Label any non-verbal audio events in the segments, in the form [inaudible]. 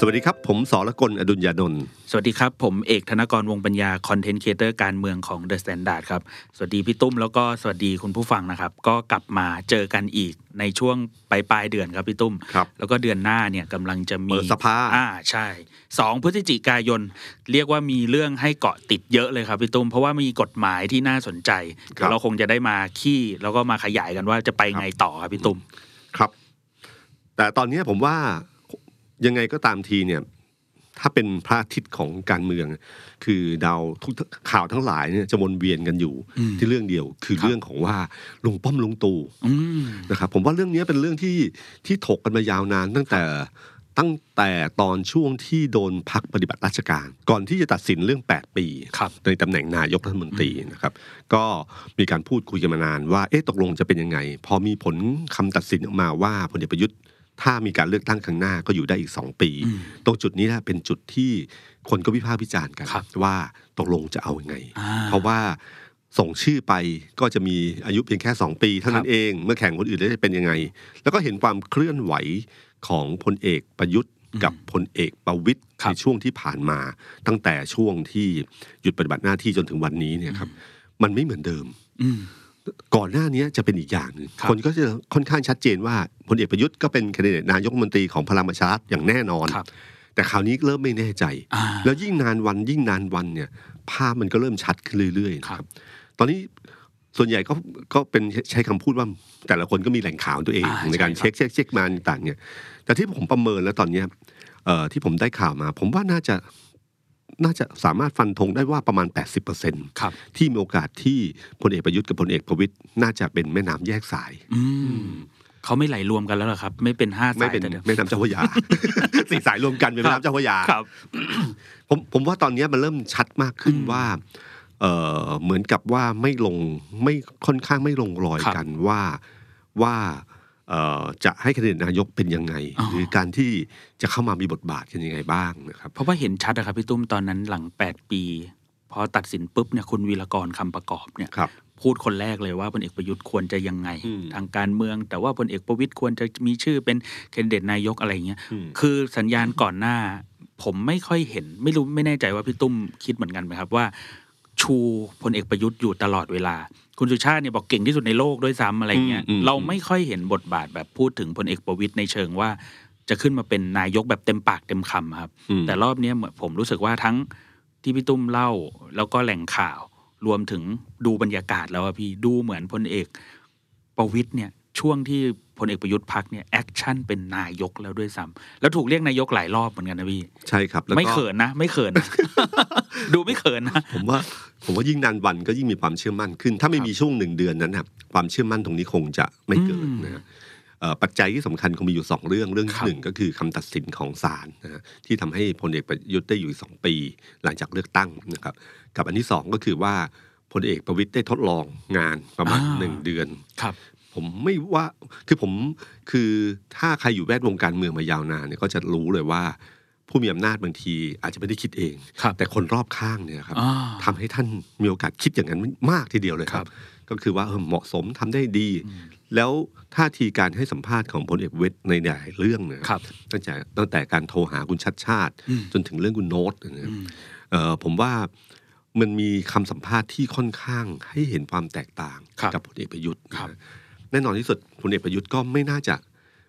สวัสดีครับ ผมสอละกลอดุญญานนท์ สวัสดีครับ ผมเอกธนกรวงปัญญาคอนเทนต์ครีเอเตอร์การเมืองของ The Standard ครับ สวัสดีพี่ตุ้มแล้วก็สวัสดีคุณผู้ฟังนะครับ ก็กลับมาเจอกันอีกในช่วงปลายปลายๆเดือนครับพี่ตุ้ม ครับ แล้วก็เดือนหน้าเนี่ยกำลังจะมี เปิดสภา อ่าใช่สองพฤศจิกายน เรียกว่ามีเรื่องให้เกาะติดเยอะเลยครับพี่ตุ้มเพราะว่ามีกฎหมายที่น่าสนใจเดี๋ยวเราคงจะได้มาขี้แล้วก็มาขยายกันว่าจะไปไงต่อครับพี่ตุ้ม ครับ แต่ตอนนี้ผมว่ายังไงก็ตามทีเนี่ย ถ้าเป็นพระอาทิตย์ของการเมือง คือดาวทุกข่าวทั้งหลายเนี่ยจะวนเวียนกันอยู่ที่เรื่องเดียว คือเรื่องของว่าลุงป้อมลุงตู่ อืม นะครับผมว่าเรื่องนี้เป็นเรื่องที่ที่ถกกันมายาวนานตั้งแต่ตั้งแต่ตอนช่วงที่โดนพักปฏิบัติราชการ ก่อนที่จะตัดสินเรื่อง 8 ปี ครับ ในตำแหน่งนายกรัฐมนตรีนะครับ ก็มีการพูดคุยกันมานานว่าเอ๊ะตกลงจะเป็นยังไง พอมีผลคำตัดสินออกมาว่าพลเอกประยุทธ์ ถ้ามีการเลือกตั้งครั้งหน้าก็อยู่ได้อีก 2 ปี อืม ตรงจุดนี้แหละเป็นจุดที่คนก็วิพากษ์วิจารณ์กัน ครับ ว่าตกลงจะเอาอยัางไง อ่ เพราะว่าส่งชื่อไปก็จะมีอายุเพียงแค่ 2 ปีเท่านั้ ครั น บ เองเมื่อแข่งคนอื่นแล้วจะเป็นยังไง แล้วก็เห็นความเคลื่อนไหวของพลเอกประยุทธ์ กับพลเอกประวิตยในช่วงที่ผ่านมา ตั้งแต่ช่วงที่หยุดปฏิบัติหน้าที่จนถึงวันนี้เนี่ยครับมันไม่เหมือนเดิม อืม ก่อนหน้านี้จะเป็นอีกอย่างหนึ่ง ครับ คนก็จะค่อนข้างชัดเจนว่าพลเอกประยุทธ์ก็เป็นแคนดิเดตนายกรัฐมนตรีของพลังประชารัฐอย่างแน่นอน ครับ แต่คราวนี้เริ่มไม่แน่ใจ อ่า แล้วยิ่งนานวันยิ่งนานวันเนี่ยภาพมันก็เริ่มชัดขึ้นเรื่อยๆนะครับ ตอนนี้ส่วนใหญ่ก็ก็เป็นใช้คำพูดว่าแต่ละคนก็มีแหล่งข่าวตัวเอง อ่า ในการ ใช่ เช็ ครั ค บ เช็คเช็คมาต่างๆเนี่ยแต่ที่ผมประเมินแล้วตอนเนี้ยเอ่อที่ผมได้ข่าวมา ผมว่าน่าจะน่าจะสามารถฟันธงได้ว่าประมาณ 80% ครับ ที่มีโอกาสที่พลเอกประยุทธ์กับพลเอกประวิตยน่าจะเป็นแม่น้ำแยกสาย อืมเขาไม่ไหลรวมกันแล้วเหรอครับ ไม่เป็นห้าสา ไม่ ย เป็น แต่เดิม แม่น้ำเจ้าพระ [laughs] ยา สี่สายรวมกันเป็น ครั แม่ บ น้ำเจ้าพระยา ครับ ผมผมว่าตอนเนี้ยมันเริ่มชัดมากขึ้นว่าเออเหมือนกับว่าไม่ลงไม่ค่อนข้างไม่ลงรอย ครับ กันว่าว่าเอ่อจะให้คะแนนนายกเป็นยังไง อ๋อ หรือการที่จะเข้ามามีบทบาทกันยังไงบ้างนะครับ เพราะว่าเห็นชัดนะครับพี่ตุ้มตอนนั้นหลัง 8 ปีพอตัดสินปุ๊บเนี่ยคุณวีรกรคำประกอบเนี่ย ครับ พูดคนแรกเลยว่าพลเอกประยุทธ์ควรจะยังไง อืม ทางการเมือง แต่ว่าพลเอกประวิตยควรจะมีชื่อเป็นแคนดิเดตนายกอะไรอย่างเงี้ย อืม คือสัญญาณก่อนหน้า ผมไม่ค่อยเห็น ไม่รู้ไม่แน่ใจว่าพี่ตุ้มคิดเหมือนกันไหมครับว่า ชูพลเอกประยุทธ์อยู่ตลอดเวลา คุณสุชาติเนี่ยบอกเก่งที่สุดในโลกด้วยซ้ำอะไรเงี้ย อืมอืม เราไม่ค่อยเห็นบทบาทแบบพูดถึงพลเอกประวิตยในเชิงว่า จะขึ้นมาเป็นนายกแบบเต็มปากเต็มคำครับ อืม แต่รอบเนี้ยเหมือนผมรู้สึกว่าทั้งที่พี่ตุ้มเล่า แล้วก็แหล่งข่าว รวมถึงดูบรรยากาศแล้วอะพี่ดูเหมือนพลเอกประวิตยเนี่ยช่วงที่พลเอกประยุทธ์พักเนี่ยแอคชั่นเป็นนายกแล้วด้วยซ้ำแล้วถูกเรียกนายกหลายรอบเหมือนกันนะพี่ ใช่ครับแล้ว ไม่ ก็ เขินนะ ไม่เขิน [laughs] นะ ดูไม่เขินนะ ผมว่าผมว่ายิ่งนานวันก็ยิ่งมีความเชื่อมั่นขึ้น ถ้าไม่มีช่วงหนึ่งเดือนนั้นนะความเชื่อมั่นตรงนี้คงจะไม่เกิด อืม นะฮะเอ่อปัจจัยที่สำคัญคงมีอยู่สองเรื่องเรื่อง ครั ที่ บ หนึ่งก็คือคำตัดสินของศาลนะฮะที่ทำให้พลเอกประยุทธ์ได้อยู่อีกสองปี หลังจากเลือกตั้งนะครับ กับอันที่สองก็คือว่าพลเอกประวิตยได้ทดลองงานประมาณหนึ่งเดือน ครับ ผมไม่ว่าคือผมคือถ้าใครอยู่แวดวงการเมืองมายาวนานเนี่ยก็จะรู้เลยว่า ผู้มีอำนาจบางทีอาจจะไม่ได้คิดเอง ครับ แต่คนรอบข้างเนี่ยนะครับ อ่า ทำให้ท่านมีโอกาสคิดอย่างนั้นมากทีเดียวเลยครับ ก็คือว่าเออเหมาะสมทำได้ดี แล้วท่าทีการให้สัมภาษณ์ของพลเอกเวทในหลายเรื่องเนี่ย ครับ ตั้งแต่ตั้งแต่การโทรหาคุณชัดชาติ อืม จนถึงเรื่องคุณโน้ตนะครั อื บ ม เอ่อผมว่ามันมีคำสัมภาษณ์ที่ค่อนข้างให้เห็นความแตกต่าง ครับ กับพลเอกประยุทธ์ ครับ นะแน่นอนที่สุดพลเอกประยุทธ์ก็ไม่น่าจะ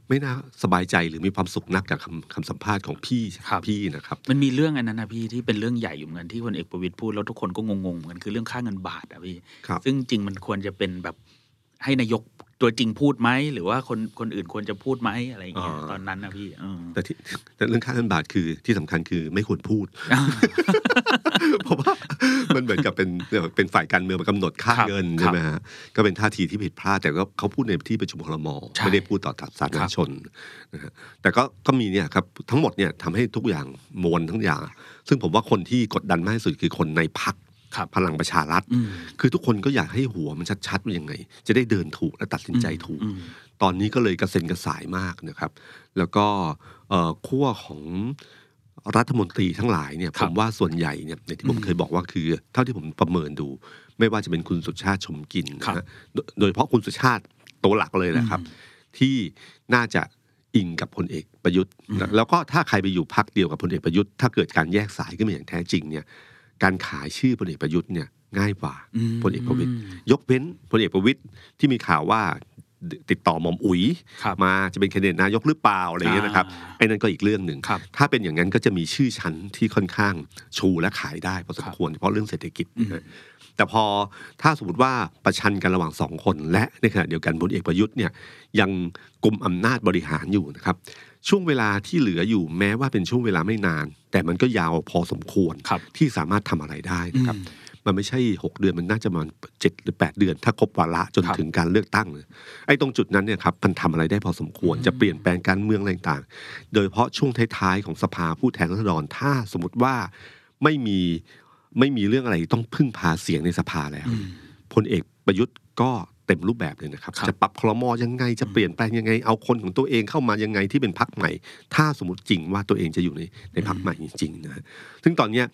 ไม่น่าสบายใจหรือมีความสุขนักกับคำคำสัมภาษณ์ของพี่พี่นะครับ มันมีเรื่องอันนั้นนะพี่ที่เป็นเรื่องใหญ่อยู่เหมือนกันที่พลเอกประวิตยพูดแล้วทุกคนก็งงๆเหมือนกันคือเรื่องค่าเงินบาทอะพี่ ครับ ซึ่งจริงมันควรจะเป็นแบบให้นายกตัวจริงพูดไหมหรือว่าคนคนอื่นควรจะพูดไหมอะไรอย่างเงี้ย อ่า ตอนนั้นนะพี่เออ แต่ที่แต่เรื่องค่าเงินบาทคือที่สำคัญคือไม่ควรพูด อ่า เพราะ [laughs] ว่ามันเหมือนกับเป็นเป็นฝ่ายการเมืองมากำหนดค่า ครับ เงินใช่ไหมฮะก็เป็นท่าทีที่ผิดพลาดแต่ก็เขาพูดในที่ประชุมครม ใช่ ไม่ได้พูดต่อสาธารณครับ ชนนะฮะแต่ก็ก็มีเนี่ยครับทั้งหมดเนี่ยทำให้ทุกอย่างมวลทั้งอย่าง ซึ่งผมว่าคนที่กดดันมากที่สุดคือคนในพัก ครับ พลังประชารัฐ อืม คือทุกคนก็อยากให้หัวมันชัดๆว่ายังไง จะได้เดินถูกและตัดสินใจถูก อืม ตอนนี้ก็เลยกระเซ็นกระสายมากนะครับ แล้วก็เอ่อขั้วของรัฐมนตรีทั้งหลายเนี่ยผมว่าส่วนใหญ่เนี่ยอย่างที่ผมเคยบอกว่าคือ เท่าที่ผมประเมินดู ไม่ว่าจะเป็นคุณสุชาติชมกลินนะฮะโดยโดยเฉพาะคุณสุชาติตัวหลักเลยนะครับ ที่น่าจะอิงกับพลเอกประยุทธ์นะแล้วก็ถ้าใครไปอยู่พักเดียวกับพลเอกประยุทธ์ถ้าเกิดการแยกสายขึ้นมาอย่างแท้จริงเนี่ยการขายชื่อพลเอกประยุทธ์เนี่ยง่ายกว่า อืม พลเอกประวิตย ยกเว้นพลเอกประวิตยที่มีข่าวว่าติติดต่อหมอมอุ๋ย ครับ มาจะเป็นแคนดิเดตนายกหรือเปล่าอะไรอย่างเงี้ยนะครับ อ่า ไอ้นั่นก็อีกเรื่องหนึ่ง ครับ ถ้าเป็นอย่างนั้นก็จะมีชื่อชั้นที่ค่อนข้างชูและขายได้พอสมครับ ควรเฉพาะเรื่องเศรษฐกิจ อืม นะฮะแต่พอถ้าสมมติว่าประชันกันระหว่างสองคน และในขณะเดียวกันพลเอกประยุทธ์เนี่ยยังกลุ่มอำนาจบริหารอยู่นะครับ ช่วงเวลาที่เหลืออยู่แม้ว่าเป็นช่วงเวลาไม่นาน แต่มันก็ยาวพอสมควร ครับ ที่สามารถทำอะไรได้นะครับ อืม มันไม่ใช่ 6 เดือนมันน่าจะประมาณเจ็ดหรือ 8 เดือน ถ้าครบวาระจน ครับ ถึงการเลือกตั้งเลยไอ้ตรงจุดนั้นเนี่ยครับมันทำอะไรได้พอสมควรจะเปลี่ยนแปลงการเมืองอะไรต่างๆ โดยเฉพาะช่วงท้ายๆ ของสภาผู้แทนราษฎรถ้าสมมติว่าไม่มีไม่มีเรื่องอะไรต้องพึ่งพาเสียงในสภาแล้วพลเอกประยุทธ์ก็เต็มรูปแบบเลยนะครับ ครับ จะปรับคลมอยังไงจะเปลี่ยนแปลงยังไง เอาคนของตัวเองเข้ามายังไงที่เป็นพักใหม่ ถ้าสมมติจริงว่าตัวเองจะอยู่ในในพักใหม่จริงๆนะฮะซึ่งตอนเนี้ย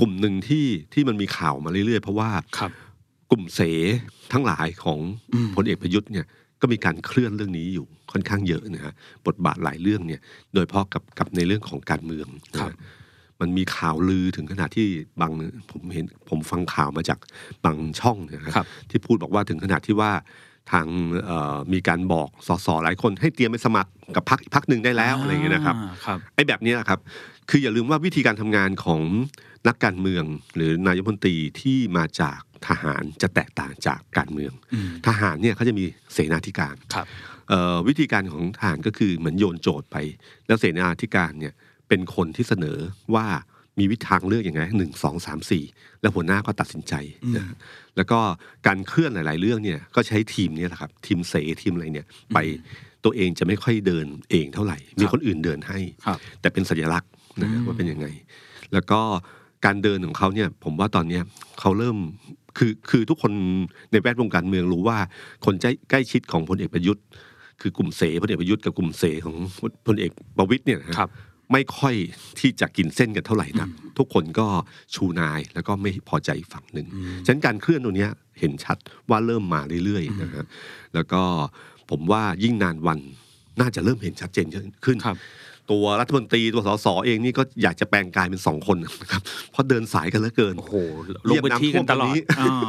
กลุ่มหนึ่งที่ที่มันมีข่าวมาเรื่อยๆ เพราะว่า ครับ กลุ่มเสทั้งหลายของ อืม พลเอกประยุทธ์เนี่ยก็มีการเคลื่อนเรื่องนี้อยู่ค่อนข้างเยอะนะฮะบทบาทหลายเรื่องเนี่ยโดยเฉพาะกับกับในเรื่องของการเมืองนะฮะมันมีข่าวลือถึงขนาดที่บางผมเห็นผมฟังข่าวมาจากบางช่องนะฮะ ครับ ที่พูดบอกว่าถึงขนาดที่ว่าทางเอ่อมีการบอกสสหลายคนให้เตรียมไปสมัครกับพักพักหนึ่งได้แล้วอะไรอย่างเงี้ยนะครับ อ่าครับ ไอ้แบบเนี้ยนะครับ คืออย่าลืมว่าวิธีการทำงานของนักการเมืองหรือนายกรัฐมนตรีที่มาจากทหารจะแตกต่างจากการเมือง อืม ทหารเนี่ยเขาจะมีเสนาธิการ ครับ เอ่อวิธีการของทหารก็คือเหมือนโยนโจทย์ไป แล้วเสนาธิการเนี่ยเป็นคนที่เสนอว่ามีวิธีทางเลือกอย่างไงหนึ่งสองสามสี่แล้วหัวหน้าก็ตัดสินใจนะแล้วก็การเคลื่อนหลาย ๆ เรื่องเนี่ยก็ใช้ทีมเนี่ยแหละครับทีมเสทีมอะไรเนี่ยไปตัวเองจะไม่ค่อยเดินเองเท่าไหร่ มีคนอื่นเดินให้ ครับ แต่เป็นสัญลักษณ์นะฮะว่าเป็นยังไง แล้วก็การเดินของเขาเนี่ยผมว่าตอนเนี้ยเขาเริ่มคือคือทุกคนในแวดวงการเมืองรู้ว่า คนใกล้ใกล้ชิดของพลเอกประยุทธ์ คือกลุ่มเสพลเอกประยุทธ์กับกลุ่มเสของพลเอกประวิตยเนี่ยนะฮะ ครับ ไม่ค่อยที่จะกินเส้นกันเท่าไหร่นักทุกคนก็ชูนายแล้วก็ไม่พอใจอีกฝั่งหนึ่งฉะนั้นการเคลื่อนตรงเนี้ยเห็นชัดว่าเริ่มมาเรื่อยๆนะฮะแล้วก็ผมว่ายิ่งนานวันน่าจะเริ่มเห็นชัดเจนขึ้น ครับ ตัวรัฐมนตรีตัวสสเองนี่ก็อยากจะแปลงกายเป็นสองคนนะครับ [laughs] เพราะเดินสายกันเหลือเกิน โอ้โหลงพื้นที่กันตลอด เยี่ยมน้ำท่วมตอนนี้ อ่า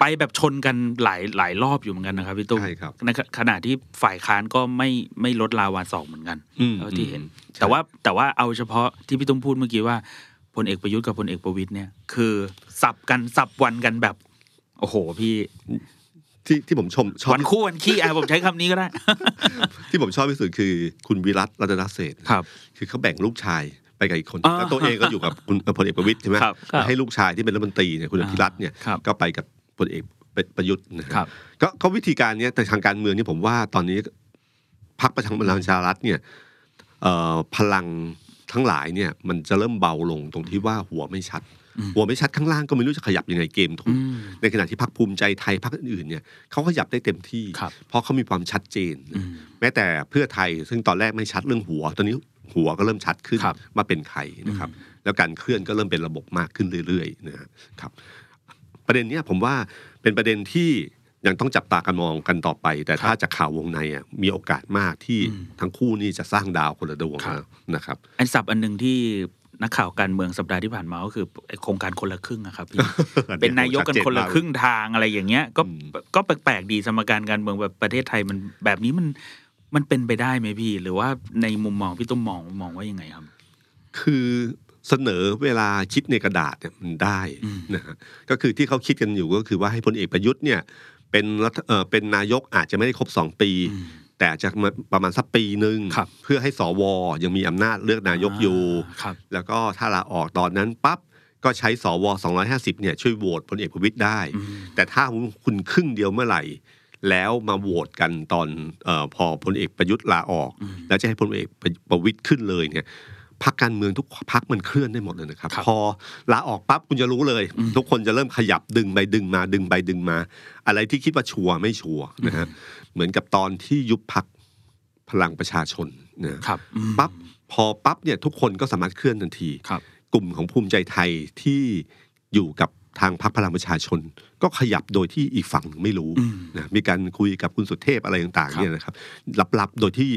ไปแบบชนกันหลายหลายรอบอยู่เหมือนกันนะครับพี่ตุ้ม ใช่ครับ ในขขณะที่ฝ่ายค้านก็ไม่ไม่ลดลาวาสองเหมือนกัน อืม เท่าที่เห็น อืมใช่ แต่ว่าแต่ว่าเอาเฉพาะที่พี่ตุ้มพูดเมื่อกี้ว่าพลเอกประยุทธ์กับพลเอกประวิตยเนี่ย คือสับกันสับวันกันแบบ โอ้โห พี่ ที่ที่ผมชมชอบ วันคู่วันขี้อ่ะผมใช้คำนี้ก็ได้ ที่ผมชอบที่สุดคือคุณวิรัตรัตนเศรษฐ์ ครับ คือเขาแบ่งลูกชายไปกับอีกคน อ่า แล้วตัวเองก็อยู่กับคุณพลเอกประวิตยใช่ไหม [laughs] ครับครับ ให้ลูกชายที่เป็นรัฐมนตรีเนี่ยคุณอภิรัตน์เนี่ย ครับ ก็ไปกับพลเอกประยุทธ์นะฮะ ครับ ก็ก็วิธีการเนี้ยแต่ทางการเมืองเนี่ยผมว่าตอนนี้พรรคประชาประชารัฐเนี่ยเอ่อพลังทั้งหลายเนี่ยมันจะเริ่มเบาลงตรงที่ว่าหัวไม่ชัด หัวไม่ชัดข้างล่างก็ไม่รู้จะขยับยังไงเกมถูก อืม ในขณะที่พรรคภูมิใจไทยพรรคอื่นๆเนี่ยเขาขยับได้เต็มที่ ครับ เพราะเขามีความชัดเจน อืม แม้แต่เพื่อไทยซึ่งตอนแรกไม่ชัดเรื่องหัว ตอนนี้หัวก็เริ่มชัดขึ้น ครับ ว่าเป็นใครนะครับ แล้วการเคลื่อนก็เริ่มเป็นระบบมากขึ้นเรื่อยๆนะครับ ประเด็นเนี้ยผมว่าเป็นประเด็นที่ยังต้องจับตากันมองกันต่อไป แต่ถ้าจากข่าววงในอ่ะมีโอกาสมากที่ทั้งคู่นี่จะสร้างดาวคนละดวง ครับ นะครับ อันสับอันหนึ่งที่นักข่าวการเมืองสัปดาห์ที่ผ่านมาก็คือไอ้โครงการคนละครึ่งอะครับพี่ เป็นนายกกันคนละครึ่งทางอะไรอย่างเงี้ย ก็ อืม ก็แปลกๆดีสมการการเมืองแบบประเทศไทยมันแบบนี้มันมันเป็นไปได้ไหมพี่ หรือว่าในมุมมองพี่ตุ้มมองมองว่ายังไงครับ คือเสนอเวลาคิดในกระดาษเนี่ยมันได้นะฮะก็คือที่เขาคิดกันอยู่ก็คือว่าให้พลเอกประยุทธ์เนี่ยเป็นรัฐเอ่อเป็นนายกอาจจะไม่ได้ครบสองปี แต่อาจจะมาประมาณสักปีหนึ่ง ครับ เพื่อให้สวยังมีอำนาจเลือกนายกอยู่ าครับ แล้วก็ถ้าลาออกตอนนั้นปั๊บก็ใช้สว250เนี่ยช่วยโหวตพลเอกประวิตยได้ แต่ถ้าคุณครึ่งเดียวเมื่อไหร่ แล้วมาโหวตกันตอนเออพอพลเอกประยุทธ์ลาออก แล้วจะให้พลเอกประวิตยขึ้นเลยเนี่ย พักการเมืองทุกพักมันเคลื่อนได้หมดเลยนะครับ ครับ พอลาออกปั๊บคุณจะรู้เลย ทุกคนจะเริ่มขยับดึงไปดึงมาดึงไปดึงมา อะไรที่คิดว่าชัวร์ไม่ชัวร์นะฮะเหมือนกับตอนที่ยุบพักพลังประชาชนนะ ครับอืม ปั๊บพอปั๊บเนี่ยทุกคนก็สามารถเคลื่อนทันที ครับ กลุ่มของภูมิใจไทยที่อยู่กับทางพรรคพลังประชาชน ก็ขยับโดยที่อีกฝั่งหนึ่งไม่รู้ อืม นะมีการคุยกับคุณสุเทพอะไรต่าง คๆรับ เนี่ยนะครับลับๆโดยที่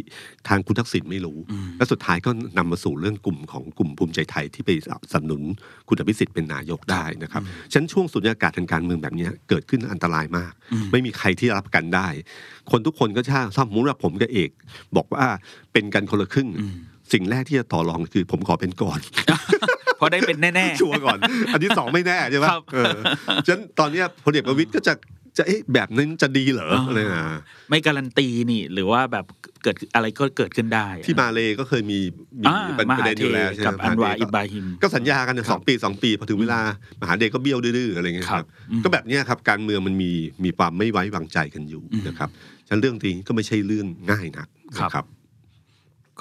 ทางคุณทักษิณไม่รู้ อืม และสุดท้ายก็นำมาสู่เรื่องกลุ่มของกลุ่มภูมิใจไทยที่ไปสนับสนุนคุณอภิสิทธิ์เป็นนายกได้นะครับฉะนันช่วงสุญญากาศทางการเมืองแบบเนี้ยเกิดขึ้นอันตรายมาก ไม่มีใครที่รับประกันได้ คนทุกคนก็ช่าสมมุติว่าผมกับเอก บอกว่าเป็นกันคนละครึ่ง สิ่งแรกที่จะต่อรองคือผมขอเป็น [laughs] ก่อน เพราะได้เป็นแน่ ชัวร์ก่อน อันที่สองไม่แน่ใช่ไหม ครับ เออฉะนันตอนเนี้ยพลเอกประวิตยก็จะจะเอ๊ะแบบนั้นจะดีเหรอ อ่า อะไรอ่ะ ๆ ไม่การันตีนี่ หรือว่าแบบเกิดอะไรก็เกิดขึ้นได้ ที่มาเลก็เคยมีมี อ่า เป็นปมระ หา เด็น เท อยู่แล้วใช่ไหม กับอันวา มาเล อิ ก็ บราฮิม ก็สัญญากันเนี่ย ครับ สองปีสองปีพอถึงเวลามหาเดชก็เบี้ยวดื้อๆอะไรเงี้ยค ครั รั บบ อืม ก็แบบเนี้ยครับการเมืองมันมีมีความไม่ไว้วางใจกันอยู่ อืม นะครับฉะนันเรื่องนี้ก็ไม่ใช่เรื่องง่ายนัก ครับ นะครับ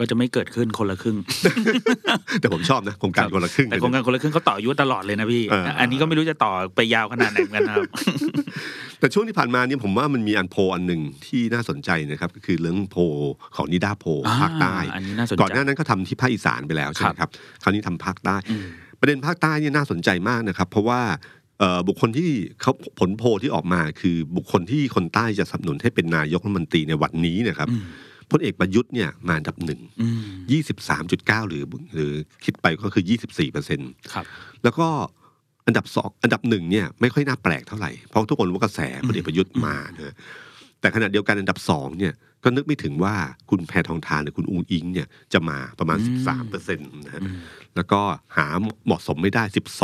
ก็จะไม่เกิดขึ้นคนละครึ่ง แต่ผมชอบนะโครงการคนละครึ่ง แต่โครง เนี่ย การคนละครึ่งเขาต่ออายุตลอดเลยนะพี่ เออ อันนี้ก็ไม่รู้จะต่อไปยาวขนาดไหนเหมือนกันนะครับ แต่ช่วงที่ผ่านมาเนี่ยผมว่ามันมีอันโพลอันหนึ่งที่น่าสนใจนะครับก็คือเรื่องโพลของนิดาโพล อ่า ภาคใต้ อันนี้น่าสนใจ ก่อนหน้านั้นก็ทำที่ภาคอีสานไปแล้วใช่ไหมครับคราวนี้ทำภาคใต้ อืม ประเด็นภาคใต้เนี่ยน่าสนใจมากนะครับ เพราะว่าเอ่อบุคคลที่เขาผลโพลที่ออกมาคือบุคคลที่คนใต้จะสนับสนุนให้เป็นนายกรัฐมนตรีในวันนี้เนะครับ อืม พลเอกประยุทธ์เนี่ยมาอันดับหนึ่ง อืม ยี่สิบสามจุดเก้าหรือหรือคิดไปก็คือยี่สิบสี่เปอร์เซ็นต ครับ แล้วก็อันดับสองอันดับหนึ่งเนี่ยไม่ค่อยน่าแปลกเท่าไหร่ เพราะทุกคนรู้ว่ากระแสพลเอกประยุทธ์มาเนอะแต่ขณะเดียวกันอันดับสองเนี่ยก็นึกไม่ถึงว่าคุณแพทองทานหรือคุณอุงอิงเนี่ยจะมาประมาณ อืม 13เปอร์เซ็นต์นะฮะแล้วก็หาเหมาะสมไม่ได้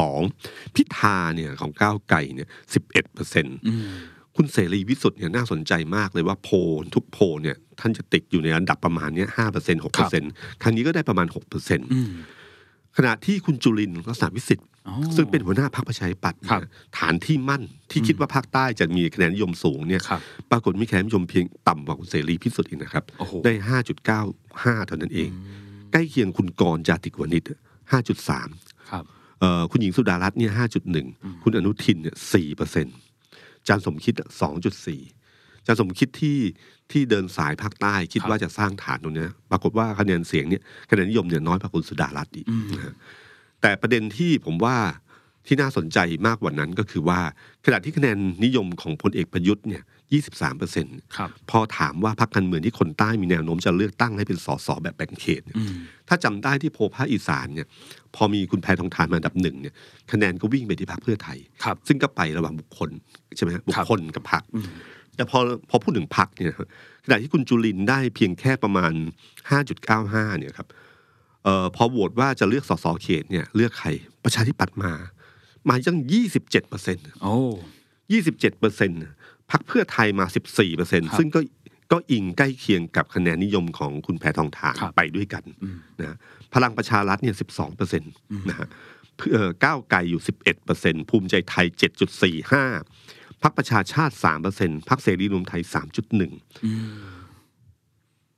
12 พิธาเนี่ยของก้าวไก่เนี่ย11เปอร์เซ็นต์ อืม คุณเสรีพิสุทธิ์เนี่ยน่าสนใจมากเลยว่าโพลทุกโพลเนี่ยท่านจะติดอยู่ในอันดับประมาณเนี้ยห้าเปอร์เซ็นต์หก ครั เปอบ ร์เซ็นต์ครั้งนี้ก็ได้ประมาณ6เปอร์เซ็นต์ อืม ขณะที่คุณจุรินทร์ลักษณะวิสิทธิ์ อ๋อ ซึ่งเป็นหัวหน้าพรรคประชาธิปัตย์ ครับ เนี่ยฐานที่มั่นที่คิดว่าภาคใต้จะมีคะแนนนิยมสูงเนี่ย ครับ ปรากฏมีคะแนนนิยมเพียงต่ำกว่าคุณเสรีพิสุทธิ์อีกนะครับ โอ้โห ได้ 5.95 เท่านั้นเอง ใกล้เคียงคุณกรณ์จาติกวนิช5.3 ครับ เอ่อคุณหญิงสุดารัตน์เนี่ย5.1 คุณอนุทินเนี่ย4เปอร์เซ็นต์จารย์สมคิด 2.4จารย์สมคิดที่ที่เดินสายภาคใต้คิด ครับ ว่าจะสร้างฐานตรงเนี้ยปรากฏว่าคะแนนเสียงเนี่ยคะแนนนิยมเนี่ยน้อยกว่าคุณสุดารัตน์อีก อืม แต่ประเด็นที่ผมว่าที่น่าสนใจมากกว่านั้นก็คือว่าขณะที่คะแนนนิยมของพลเอกประยุทธ์เนี่ย 23เปอร์เซ็นต์ ครับ พอถามว่าพรรคการเมืองที่คนใต้มีแนวโน้มจะเลือกตั้งให้เป็นสสแบบแบ่งเขตเนี่ย อืม ถ้าจำได้ที่โพลภาคอีสานเนี่ย พอมีคุณแพทองทานมาอันดับหนึ่งเนี่ยคะแนนก็วิ่งไปที่พรรคเพื่อไทย ครับ ซึ่งก็ไประหว่างบุคคลใช่ไหมฮะบุคคลกับพรรค อืม แต่พอพอพูดถึงพรรคเนี่ยนะครับขณะที่คุณจุลินได้เพียงแค่ประมาณ 5.95เนี่ยครับเอ่อพอโหวตว่าจะเลือกสสเขตเนี่ยเลือกใครประชาธิปัตย์มา มายัง 27เปอร์เซ็นต์ โอ้ 27เปอร์เซ็นต์พรรคเพื่อไทยมา 14เปอร์เซ็นต์ ครับ ซึ่งก็ก็อิงใกล้เคียงกับคะแนนนิยมของคุณแพทองทาน ครับ ไปด้วยกัน อืม นะฮะพลังประชารัฐเนี่ย12เปอร์เซ็นต์นะฮะ เพื่อก้าวไกลอยู่ 11%ภูมิใจไทย 7.45พักประชาชาติ 3%พักเสรีรวมไทย 3.1 อืม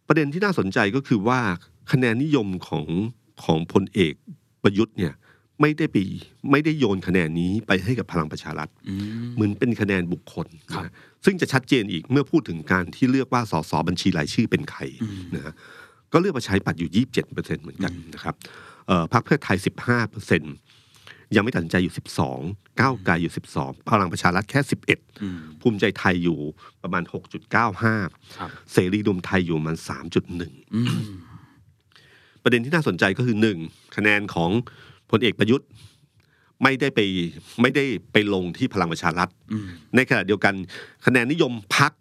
ประเด็นที่น่าสนใจก็คือว่าคะแนนนิยมของของพลเอกประยุทธ์เนี่ยไม่ได้ไปีไม่ได้โยนคะแนนนี้ไปให้กับพลังประชารัฐ อืม เหมือนเป็นคะแนนบุคคล ครับ นะซึ่งจะชัดเจนอีกเมื่อพูดถึงการที่เลือกว่าสสบัญชีรายชื่อเป็นใครนะฮะก็เลือกประชาธิปัตย์อยู่ 27เปอร์เซ็นต์เหมือนกันนะครับเอ่อพรรคเพื่อไทย 15เปอร์เซ็นต์ยังไม่ตัดสินใจอยู่ 12 ก้าวไกลอยู่ 12 พลังประชารัฐแค่ อืม 11 ภูมิใจไทยอยู่ประมาณ 6.95 ครับ เสรีรวมไทยอยู่ประมัน 3.1 อืม ประเด็นที่น่าสนใจก็คือหนึ่งคะแนนของพลเอกประยุทธ์ไม่ได้ไปไม่ได้ไปลงที่พลังประชารัฐ อืม ในขณะเดียวกันคะแนนนิยมพัก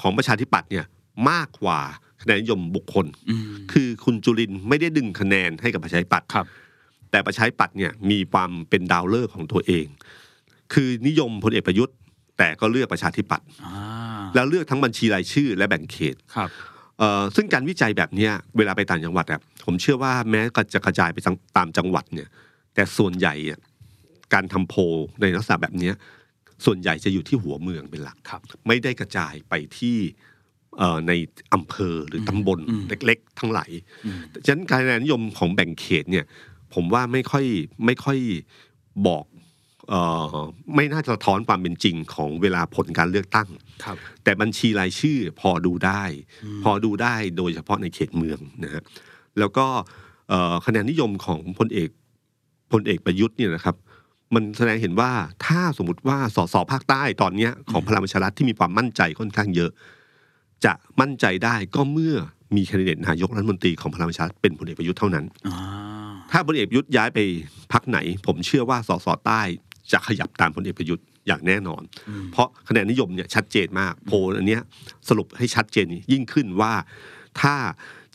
ของประชาธิปัตย์เนี่ยมากกว่าคะแนนนิยมบุคคล อืม คือคุณจุลินทร์ไม่ได้ดึงคะแนนให้กับประชาธิปัตย์ ครับ แต่ประชาธิปัตย์เนี่ยมีความเป็นดาวเลิกษ์ของตัวเอง คือนิยมพลเอกประยุทธ์ แต่ก็เลือกประชาธิปัตย์ อ่า แล้วเลือกทั้งบัญชีรายชื่อ และแบ่งเขต ครับ เอ่อซึ่งการวิจัยแบบเนี้ยเวลาไปต่างจังหวัดอะผมเชื่อว่าแม้จะกระจายไปตามจังหวัดเนี่ยแต่ส่วนใหญ่อะการทำโพลในลักษณะแบบเนี้ยส่วนใหญ่จะอยู่ที่หัวเมืองเป็นหลัก ครับ ไม่ได้กระจายไปที่เอ่อในอำเภอหรือตำบล อืม เล็ก ๆ ทั้งหลายฉะนั้นคะแนนนิยมของแบ่งเขตเนี่ย ผมว่าไม่ค่อยไม่ค่อยบอกเอ่อไม่น่าจะสะท้อนความเป็นจริงของเวลาผลการเลือกตั้ง ครับ แต่บัญชีรายชื่อพอดูได้ พอดูได้โดยเฉพาะในเขตเมืองนะฮะแล้วก็เอ่อคะแนนนิยมของพลเอกพลเอกประยุทธ์เนี่ยนะครับ มันแสดงเห็นว่าถ้าสมมติว่าสสภาคใต้ตอนเนี้ยของพลังประชารัฐที่มีความมั่นใจค่อนข้างเยอะ จะมั่นใจได้ก็เมื่อมีแคนดิเดตนายกรัฐมนตรีของพลังประชารัฐเป็นพลเอกประยุทธ์เท่านั้น อ่า ถ้าพลเอกประยุทธ์ย้ายไปพักไหน ผมเชื่อว่าสสใต้จะขยับตามพลเอกประยุทธ์อย่างแน่นอน เพราะคะแนนนิยมเนี่ยชัดเจนมากโพลอันเนี้ยสรุปให้ชัดเจนยิ่งขึ้นว่าถ้า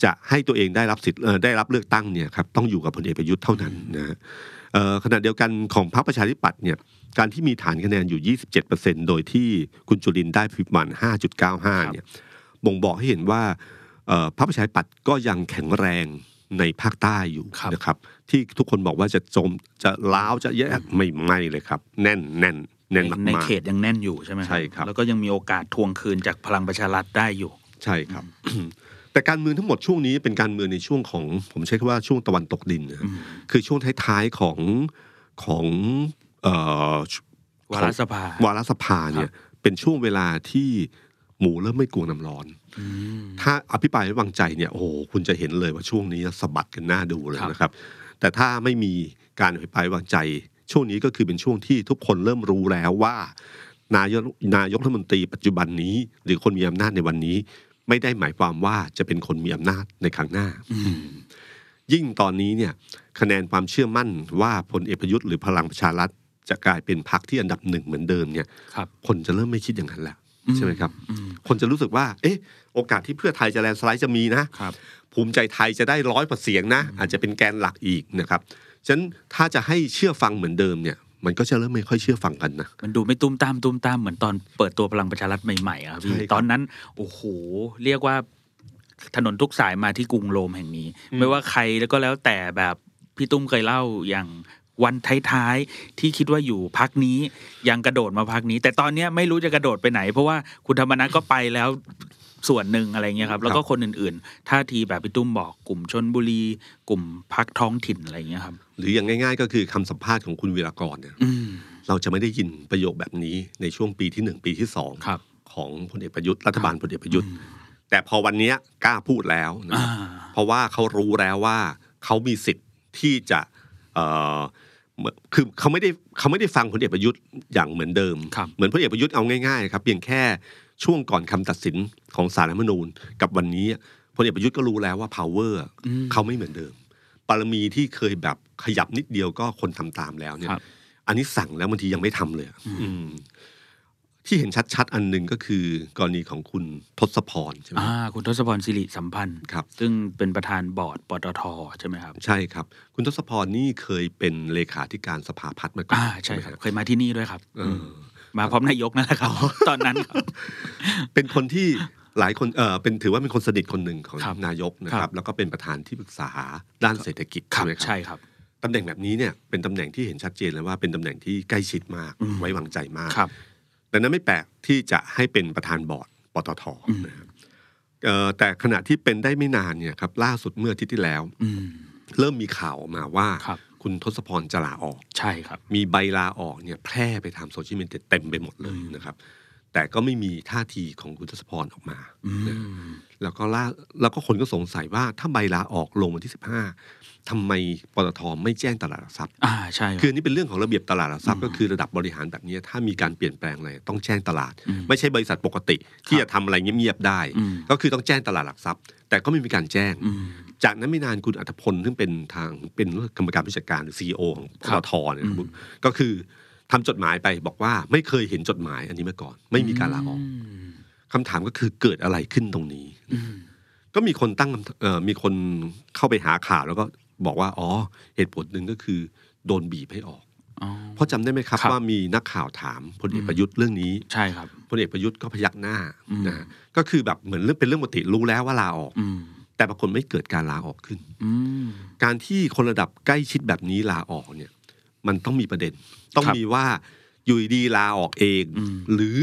จะให้ตัวเองได้รับสิทธิ์เอ่อได้รับเลือกตั้งเนี่ยครับต้องอยู่กับพลเอกประยุทธ์เท่านั้นนะฮะเอ่อขณะเดียวกันของพรรคประชาธิปัตย์เนี่ยการที่มีฐานคะแนนอยู่ 27%โดยที่คุณจุลินได้ประมาณ 5.95เนี่ยบ่งบอกให้เห็นว่าเอ่อพรรคประชาธิปัตย์ก็ยังแข็งแรงในภาคใต้อยู่ ครับ นะครับที่ทุกคนบอกว่าจะจมจะล้าวจะแยกไม่ไม่เลยครับ แน่นแน่นแน่นมากๆ ในเขตยังแน่นอยู่ใช่ไหม ใช่ครับ แล้วก็ยังมีโอกาสทวงคืนจากพลังประชารัฐได้อยู่ ใช่ครับ [coughs] แต่การเมืองทั้งหมดช่วงนี้เป็นการเมืองในช่วงของ ผมใช้คำว่าช่วงตะวันตกดินนะครับคือช่วงท้ายๆของของเอ่อ วาระสภา วาระสภาเนี่ยเป็นช่วงเวลาที่หมูเริ่มไม่กลัวน้ำร้อน ถ้าอภิปรายไม่วางใจเนี่ยโอ้โหคุณจะเห็นเลยว่าช่วงนี้สะบัดกันหน้าดูเลย ครับ นะครับ แต่ถ้าไม่มีการอภิปรายไม่วางใจ ช่วงนี้ก็คือเป็นช่วงที่ทุกคนเริ่มรู้แล้วว่า นายกนายกรัฐมนตรีปัจจุบันนี้ หรือคนมีอำนาจในวันนี้ ไม่ได้หมายความว่าจะเป็นคนมีอำนาจในครั้งหน้า ยิ่งตอนนี้เนี่ยคะแนนความเชื่อมั่นว่าพลเอกประยุทธ์หรือพลังประชารัฐจะกลายเป็นพรรคที่อันดับหนึ่งเหมือนเดิมเนี่ย ครับ คนจะเริ่มไม่คิดอย่างนั้นแล้ว อืม ใช่ไหมครับ อืม คนจะรู้สึกว่า เอ๊ะ โอกาสที่เพื่อไทยจะแลนด์สไลด์จะมีนะ ครับ ภูมิใจไทยจะได้ร้อยกว่าเสียงนะ อาจจะเป็นแกนหลักอีกนะครับ ฉะนั้นถ้าจะให้เชื่อฟังเหมือนเดิมเนี่ย มันก็จะเริ่มไม่ค่อยเชื่อฟังกันนะ มันดูไม่ตุ้มตามตุ้มตามเหมือนตอนเปิดตัวพลังประชารัฐใหม่ๆอะครับพี่ ใช่ครับ ตอนนั้นโอ้โหเรียกว่าถนนทุกสายมาที่กรุงโรมแห่งนี้ ไม่ว่าใครแล้วก็แล้วแต่แบบพี่ตุ้มเคยเล่าอย่างวันท้ายๆที่คิดว่าอยู่พักนี้ยังกระโดดมาพักนี้ แต่ตอนเนี้ยไม่รู้จะกระโดดไปไหน เพราะว่าคุณธรรมนัฐก็ไปแล้วส่วนหนึ่งอะไรเงี้ยครับ แล้วก็คนอื่นๆท่าทีแบบพี่ตุ้มบอกกลุ่มชนบุรี กลุ่มพักท้องถิ่นอะไรเงี้ยครับ หรืออย่างง่าย ๆ ก็คือคำสัมภาษณ์ของคุณวีรกรเนี่ย อืม เราจะไม่ได้ยินประโยคแบบนี้ในช่วงปีที่หนึ่งปีที่สอง ครับ ของพลเอกประยุทธ์รัฐบาลพลเอกประยุทธ์ แต่พอวันเนี้ยกล้าพูดแล้วนะครับ อ่า เพราะว่าเขารู้แล้วว่าเขามีสิทธิ์ที่จะเอ่อเหมือนคือเขาไม่ได้เขาไม่ได้ฟังพลเอกประยุทธ์อย่างเหมือนเดิม ครับ เหมือนพลเอกประยุทธ์เอาง่ายๆครับเพียงแค่ช่วงก่อนคำตัดสินของสารรัฐธรรมนูญ กับวันนี้พลเอกประยุทธ์ก็รู้แล้วว่า power เขาไม่เหมือนเดิมปารมีที่เคยแบบขยับนิดเดียวก็คนทำตามแล้วเนี่ย ครับ อันนี้สั่งแล้วบางทียังไม่ทำเลยอะอืมที่เห็นชัดๆ อันหนึ่งก็คือกรณีของคุณทศพรใช่ไหม อ่าคุณทศพรสิริสัมพันธ์ ครับ ซึ่งเป็นประธานบอร์ดปตทใช่ไหมครับ ใช่ครับ คุณทศพรนี่เคยเป็นเลขาธิการสภาพัฒน์มาก่อน อ่าใช่ครับ ไหม เคยมาที่นี่ด้วยครับ เอ ม อ มาพร้อมนายกนั่นแหละครับ ตอนนั้นครับ เป็นคนที่หลายคนเออเป็นถือว่าเป็นคนสนิทคนหนึ่งของ ครับ นายกนะค ครั รับ บ แล้วก็เป็นประธานที่ปรึกษาด้านเศรษฐกิจใช่ไหมครับ ใช่ครับ ตำแหน่งแบบนี้เนี่ยเป็นตำแหน่งที่เห็นชัดเจนเลยว่าเป็นตำแหน่งที่ใกล้ชิดมาก อืม ไว้วางใจมาก ครับ ดังนั้นไม่แปลกที่จะให้เป็นประธานบอร์ดปตทนะครับเอ่อแต่ขณะที่เป็นได้ไม่นานเนี่ยครับล่าสุดเมื่ออาทิตย์ที่แล้ว อืม เริ่มมีข่าวออกมาว่า ครับ คุณทศพรจะลาออก ใช่ครับ มีใบลาออกเนี่ยแพร่ไปทางโซเชียลมีเดียเต็มไปหมดเลยนะครับ แต่ก็ไม่มีท่าทีของคุณทศพรออกมา อื นะ ม แล้วก็ล่าแล้วก็คนก็สงสัยว่าถ้าใบลาออกลงวันที่ 15ทำไมปตทไม่แจ้งตลาดหลักทรัพย์ อ่าใช่รับ คืออันนี่เป็นเรื่องของระเบียบตลาดหลักทรัพย์ก็คือระดับบริหารแบบนี้ถ้ามีการเปลี่ยนแปลงอะไรต้องแจ้งตลาด ไม่ใช่บริษัทปกติ ที่จะทำอะไรเงียบๆได้ อืม ก็คือต้องแจ้งตลาดหลักทรัพย์ แต่ก็ไม่มีการแจ้ง อืม จากนั้นไม่นานคุณอัธพลซึ่งเป็นทางเป็นกรรมการผู้จัดการหรือซีอของป ครั ต บ ทเนี่ยนะครับก็คือทำจดหมายไปบอกว่าไม่เคยเห็นจดหมายอันนี้มาก่อน ไม่มีการลาออกคำถามก็คือเกิดอะไรขึ้นตรงนี้ ก็มีคนตั้งคำถามเอ่อมีคนเข้าไปหาข่าวแล้วก็บอกว่าอ๋อเหตุผลหนึ่งก็คือโดนบีบให้ออก เพราะจำได้ไหมครับ ครับ ว่ามีนักข่าวถามพลเอกประยุทธ์เรื่องนี้ ใช่ครับ พลเอกประยุทธ์ก็พยักหน้า อืม นะก็คือแบบเหมือนเรื่องเป็นเรื่องปกติรู้แล้วว่าลาออก อืม แต่ปรากฏไม่เกิดการลาออกขึ้น อืม การที่คนระดับใกล้ชิดแบบนี้ลาออกเนี่ย มันต้องมีประเด็น ต้อง ครับ มีว่าอยู่ดีๆลาออกเอง อืม หรือ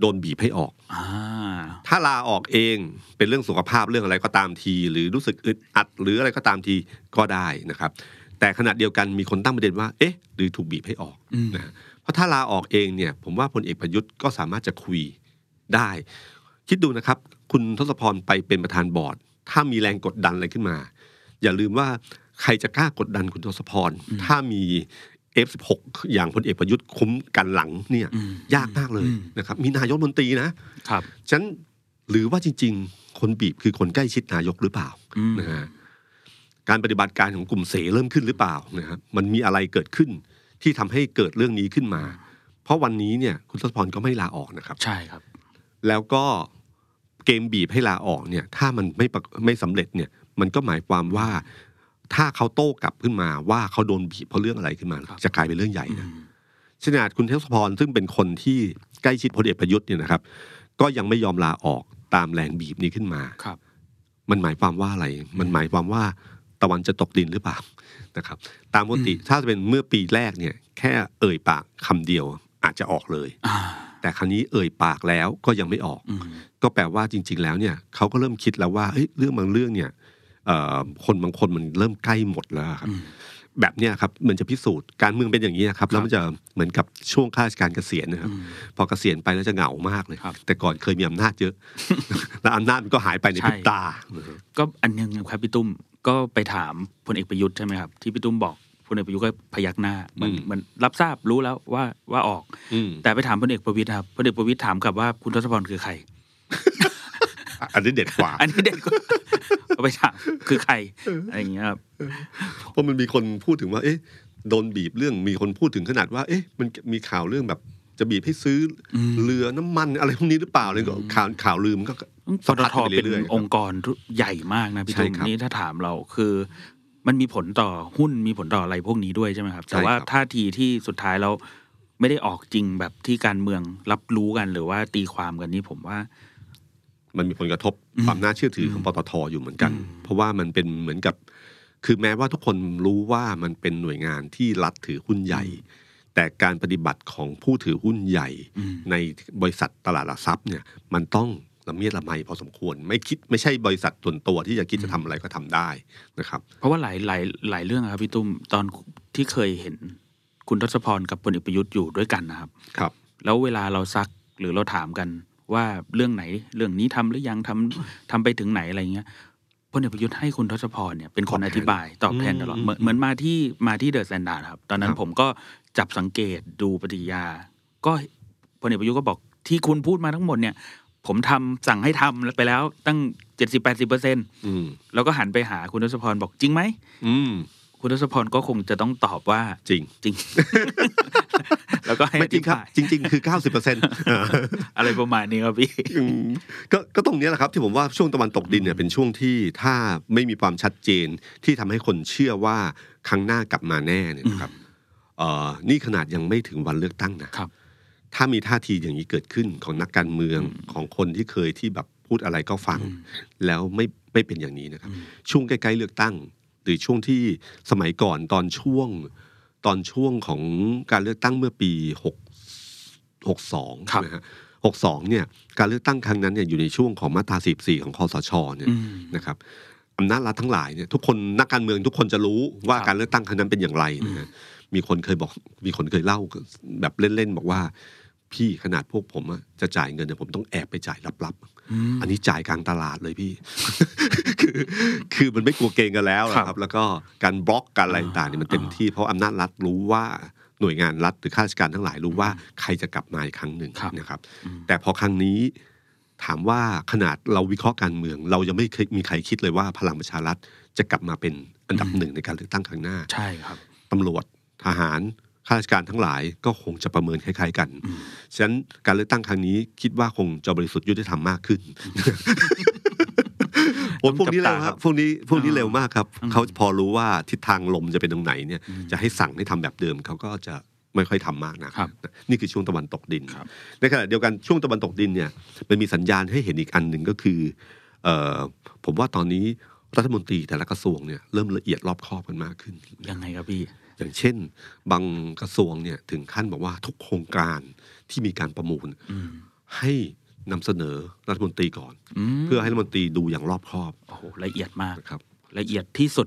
โดนบีบให้ออก อ่า ถ้าลาออกเองเป็นเรื่องสุขภาพเรื่องอะไรก็ตามที หรือรู้สึกอึดอัดหรืออะไรก็ตามทีก็ได้นะครับ แต่ขณะเดียวกันมีคนตั้งประเด็นว่า เอ๊ะ หรือถูกบีบให้ออก อืม นะเพราะถ้าลาออกเองเนี่ยผมว่าพลเอกประยุทธ์ก็สามารถจะคุยได้ คิดดูนะครับ คุณทศพรไปเป็นประธานบอร์ด ถ้ามีแรงกดดันอะไรขึ้นมา อย่าลืมว่าใครจะกล้ากดดันคุณทศพรถ้ามี F16 อย่างพลเอกประยุทธ์คุ้มกันหลังเนี่ย อืม ยากมากเลย อืม นะครับ มีนายกรัฐมนตรีนะ ครับ ฉะนันหรือว่าจริง ๆ คนบีบคือคนใกล้ชิดนายกหรือเปล่า อืม นะฮะการปฏิบัติการของกลุ่มเสเริ่มขึ้นหรือเปล่านะครับมันมีอะไรเกิดขึ้นที่ทำให้เกิดเรื่องนี้ขึ้นมา เพราะวันนี้เนี่ยคุณทศพรก็ไม่ลาออกนะครับ ใช่ครับ แล้วก็เกมบีบให้ลาออกเนี่ย ถ้ามันไม่ปะไม่สำเร็จเนี่ย มันก็หมายความว่า ถ้าเขาโต้กลับขึ้นมาว่าเขาโดนบีบเพราะเรื่องอะไรขึ้นมา ครับ จะกลายเป็นเรื่องใหญ่ อื นะ ม ชนาดคุณเทศพรซึ่งเป็นคนที่ใกล้ชิดพลเอกประยุทธ์เนี่ยนะครับ ก็ยังไม่ยอมลาออกตามแรงบีบนี้ขึ้นมา ครับ มันหมายความว่าอะไร มันหมายความว่าตะวันจะตกดินหรือเปล่า [laughs] นะครับ ตามปกติถ้าจะเป็นเมื่อปีแรกเนี่ย แค่เอ่ยปากคำเดียวอาจจะออกเลย อ่า แต่ครั้นี้เอ่ยปากแล้วก็ยังไม่ออก อืม ก็แปลว่าจริง ๆ แล้วเนี่ยเขาก็เริ่มคิดแล้วว่าเอ้ยเรื่องบางเรื่องเนี่ยเอ่อคนบางคนมันเริ่มใกล้หมดแล้วครับ อืม แบบเนี้ยครับมันจะพิสูจน์การเมืองเป็นอย่างนี้นะครับ แล้วมันจะเหมือนกับช่วงข้าราชการเกษียณนะครับ อืม พอเกษียณไปแล้วจะเหงามากเลย ครับ แต่ก่อนเคยมีอำนาจเยอะ [laughs] แล้วอำนาจมันก็หายไปใน ใช่ พริบตานะครับ ก็อันหนึงครับพี่ตุ้มก็ไปถามพลเอกประยุทธ์ใช่ไหมครับ ที่พี่ตุ้มบอกพลเอกประยุทธ์ก็พยักหน้าเหมือน อืม เหมือนรับทราบรู้แล้วว่าว่าออก อืม แต่ไปถามพลเอกประวิตยครับพลเอกประวิตยถามกลับว่าคุณทศพรคือใคร อ่ะอันนี้เด็ดกว่า อันนี้เด็ดกว่า เอาไป [laughs] ถามคือใครอะไรอย่างเงี้ยครับ เพราะมันมีคนพูดถึงว่า เอ๊ะโดนบีบเรื่องมีคนพูดถึงขนาดว่า เอ๊ะ มันมีข่าวเรื่องแบบจะบีบให้ซื้ออ ม เรือน้ำมันอะไรพวกนี้หรือเปล่าเลยก็ข่าวข่าวลือมันก็ ปต สัมผัส ท กันไป เป็น เรื่อยๆครับ องค์กรใหญ่มากนะพี่ ใช่ ตุ้ม ครับ นี่ถ้าถามเราคือ มันมีผลต่อหุ้นมีผลต่ออะไรพวกนี้ด้วยใช่ไหมครับ แต่ว่า ใช่ครับ ท่าทีที่สุดท้ายเราไม่ได้ออกจริงแบบที่การเมืองรับรู้กันหรือว่าตีความกันนี่ผมว่า มันมีผลกระทบความน่าเชื่อถือของปตทอยู่เหมือนกัน เพราะว่ามันเป็นเหมือนกับ คือแม้ว่าทุกคนรู้ว่ามันเป็นหน่วยงานที่รัฐถือหุ้นใหญ่ แต่การปฏิบัติของผู้ถือหุ้นใหญ่ อืม ในบริษัทตลาดหลักทรัพย์เนี่ยมันต้องละเมียดละไมพอสมควร ไม่คิดไม่ใช่บริษัทส่วนตัวที่จะคิดจะทำอะไรก็ทำได้นะครับ เพราะว่าหลายหลายหลายเรื่องอะครับพี่ตุ้มตอนที่เคยเห็นคุณทศพรกับพลเอกประยุทธ์อยู่ด้วยกันนะครับ ครับ แล้วเวลาเราซักหรือเราถามกันว่าเรื่องไหนเรื่องนี้ทำหรือยังทำ ทำไปถึงไหนอะไรเงี้ยพลเอกประยุทธ์ให้คุณทศพรเนี่ยเป็นคตนอบแทน อธิบายตอบแทนตลอดเหมือน อืม เหมือนมาที่มาที่เดอะแซนด์ดครับ ตอนนั้ คน รับ ผมก็จับสังเกตดูปฏิกิริยา ก็พลเอกประยุทธ์ก็บอกที่คุณพูดมาทั้งหมดเนี่ย ผมทำสั่งให้ทำไปแล้วตั้งเจ็ดสิบแปดสิบเปอร์เซ็น อืม แล้วก็หันไปหาคุณทศพรบอกจริงไหม อืม คุณทศพรก็คงจะต้องตอบว่า จริง [laughs] จริง แล้วก็ให้ ไม่ อ จริ ธิ งครับ บาย จริง ๆ คือเก้าสิบเปอร์เซ็นต์ [laughs] อะไรประมาณนี้ครับพี่ อืมก็ก็ตรงเนี้ยแหละครับที่ผมว่าช่วงตะวันตกดินเนี่ยเป็นช่วงที่ถ้าไม่มีความชัดเจนที่ทำให้คนเชื่อว่าครั้งหน้ากลับมาแน่เนี่ยนะครับเอ่อนี่ขนาดยังไม่ถึงวันเลือกตั้งนะครับ ถ้ามีท่าทีอย่างนี้เกิดขึ้นของนักการเมืองของคนที่เคยที่แบบพูดอะไรก็ฟัง แล้วไม่ไม่เป็นอย่างนี้นะครับ ช่วงใกล้ๆเลือกตั้ง หรือช่วงที่สมัยก่อนตอนช่วงตอนช่วงของการเลือกตั้งเมื่อปีหก หกสอง ครับ นะฮะหกสองเนี่ยการเลือกตั้งครั้งนั้นเนี่ยอยู่ในช่วงของมาตราสิบสี่ของคอสชเนี่ย อืม นะครับอำนาจรัฐทั้งหลายเนี่ยทุกคนนักการเมืองทุกคนจะรู้ว่า ครับ การเลือกตั้งครั้งนั้นเป็นอย่างไรนะฮะมีคนเคยบอกมีคนเคยเล่าแบบเล่นๆบอกว่า พี่ขนาดพวกผมอะจะจ่ายเงินเนี่ยผมต้องแอบไปจ่ายลับ อืม ๆ อันนี้จ่ายกลางตลาดเลยพี่ [laughs] คือคือมันไม่กลัวเกงกันแล้ว ครับ นะครับ แล้วก็การบล็อกการอะไรต่างๆเนี่ยมันเต็มที่เพราะอำนาจรัฐรู้ว่าหน่วยงานรัฐหรือข้าราชการทั้งหลายรู้ว่าใครจะกลับมาอีกครั้งหนึ่ง ครับ นะครับ อืม แต่พอครั้งนี้ถามว่าขนาดเราวิเคราะห์การเมือง เรายังไม่เคยมีใครคิดเลยว่าพลังประชารัฐจะกลับมาเป็นอันดับหนึ่งในการเลือกตั้งครั้งหน้า ใช่ครับ ตำรวจทหารข้าราชการทั้งหลายก็คงจะประเมินคล้ายๆกัน ฉะนั้นการเลือกตั้งครั้งนี้คิดว่าคงจะบริสุทธิ์ยุติธรรมมากขึ้ [laughs] นโอ้ยพวกนี้เร็วครับพวกนี้พวกนี้เร็วมากครับ เขาพอรู้ว่าทิศทางลมจะเป็นตรงไหนเนี่ย จะให้สั่งให้ทำแบบเดิมเขาก็จะไม่ค่อยทำมากนะครับ นี่คือช่วงตะวันตกดิน ครับ ในขณะเดียวกันช่วงตะวันตกดินเนี่ยมันมีสัญญาณให้เห็นอีกอันหนึ่งก็คือเอ่อผมว่าตอนนี้รัฐมนตรีแต่ละกระทรวงเนี่ยเริ่มละเอียดรอบคอบกันมากขึ้น ยังไงครับพี่ อย่างเช่น บางกระทรวงเนี่ยถึงขั้นบอกว่าทุกโครงการที่มีการประมูล ให้นำเสนอรัฐมนตรีก่อน ม เพื่อให้รัฐมนตรีดูอย่างรอบคอบ โอ้โหละเอียดมาก นะครับ ละเอียดที่สุด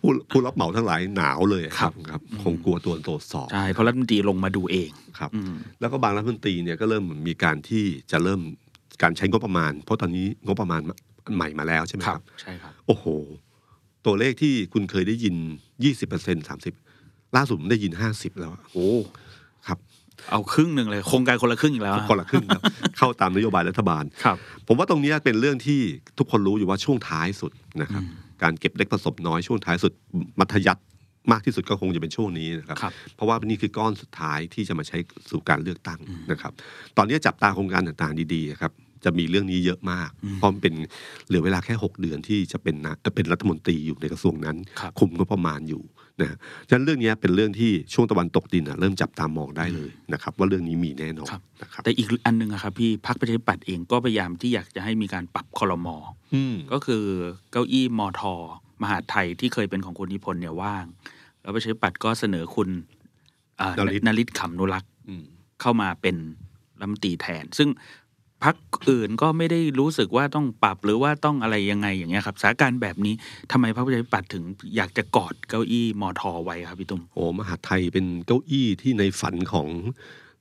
ผู้ผู้รับเหมาทั้งหลายหนาวเลยครับครับ คงกลัวตัวตรวจสอบ ใช่เพราะรัฐมนตรีลงมาดูเอง ครับ อืม แล้วก็บางรัฐมนตรีเนี่ยก็เริ่มมีการที่จะเริ่มการใช้งบประมาณ เพราะตอนนี้งบประมาณอันใหม่มาแล้วใช่ไหมครับ ใช่ครับ โอ้โห ตัวเลขที่คุณเคยได้ยิน 20% 30 ล่าสุดผมได้ยิน 50 แล้วอะ โอ้ ครับ เอาครึ่งหนึ่งเลย โครงการคนละครึ่งอีกแล้ว คนละครึ่งครับ [laughs] เข้าตามนโยบายรัฐบาล ครับ ผมว่าตรงเนี้ยเป็นเรื่องที่ทุกคนรู้อยู่ว่าช่วงท้ายสุดนะครับ การเก็บเล็กผสมน้อยช่วงท้ายสุด มัธยัติมากที่สุดก็คงจะเป็นช่วงนี้นะครับ ครับ เพราะว่านี่คือก้อนสุดท้ายที่จะมาใช้สู่การเลือกตั้งนะครับ ตอนนี้จับตาโครงการต่างๆดีๆครับ จะมีเรื่องนี้เยอะมากเพราะมันเป็นเหลือเวลาแค่ 6 เดือนที่จะเป็นนะเป็นรัฐมนตรีอยู่ในกระทรวงนั้น ครับ คุมงบประมาณอยู่นะฉะนั้นเรื่องเนี้ยเป็นเรื่องที่ช่วงตะวันตกดินน่ะเริ่มจับตามองได้เลยนะครับ ว่าเรื่องนี้มีแน่นอนนะครับ แต่อีกอันหนึ่งอะครับพี่พรรคประชาธิปัตย์เองก็พยายามที่อยากจะให้มีการปรับคอรมอ อืม ก็คือเก้าอี้มอทอมหาดไทยที่เคยเป็นของคุณนิพนธ์เนี่ยว่าง แล้วประชาธิปัตย์ก็เสนอคุณอ่าน ฤทธิ์ นริศขำนุรักษ์ อืม เข้ามาเป็นรัฐมนตรีแทน ซึ่งพักอื่นก็ไม่ได้รู้สึกว่าต้องปรับหรือว่าต้องอะไรยังไงอย่างเงี้ยครับสถานการณ์แบบนี้ทำไมพรรคประชาธิปัตย์ถึงอยากจะกอดเก้าอี้มอทอไว้ครับพี่ตุ้ม โอ้มหาดไทยเป็นเก้าอี้ที่ในฝันของ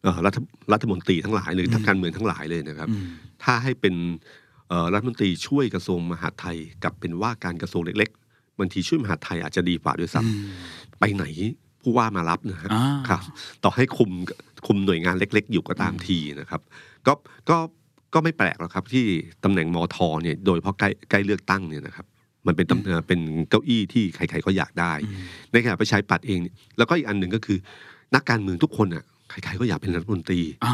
เอ่อรัฐรัฐมนตรีทั้งหลายหรือทักการเมืองทั้งหลายเลยนะครับ อืม ถ้าให้เป็นเอ่อรัฐมนตรีช่วยกระทรวงมหาดไทยกับเป็นว่าการกระทรวงเล็กๆบางทีช่วยมหาดไทยอาจจะดีกว่าด้วยซ้ำไปไหนผู้ว่ามารับนะฮะ อ่า ครับ ต่อให้คุมคุมหน่วยงานเล็ก ๆ อยู่ก็ตามทีนะครับ ก็ก็ก็ไม่แปลกหรอกครับ ที่ตำแหน่งมอทอเนี่ยโดยเฉพราะใกล้ใกล้เลือกตั้งเนี่ยนะครับ มันเป็นตำเอ่อเป็นเก้าอี้ที่ใครๆก็อยากได้ ในขณะประชาธิปัตย์เองเนี่ยแล้วก็อีกอันหนึ่งก็คือ นักการเมืองทุกคนอ่ะใครๆก็อยากเป็นรัฐมนตรี อ่า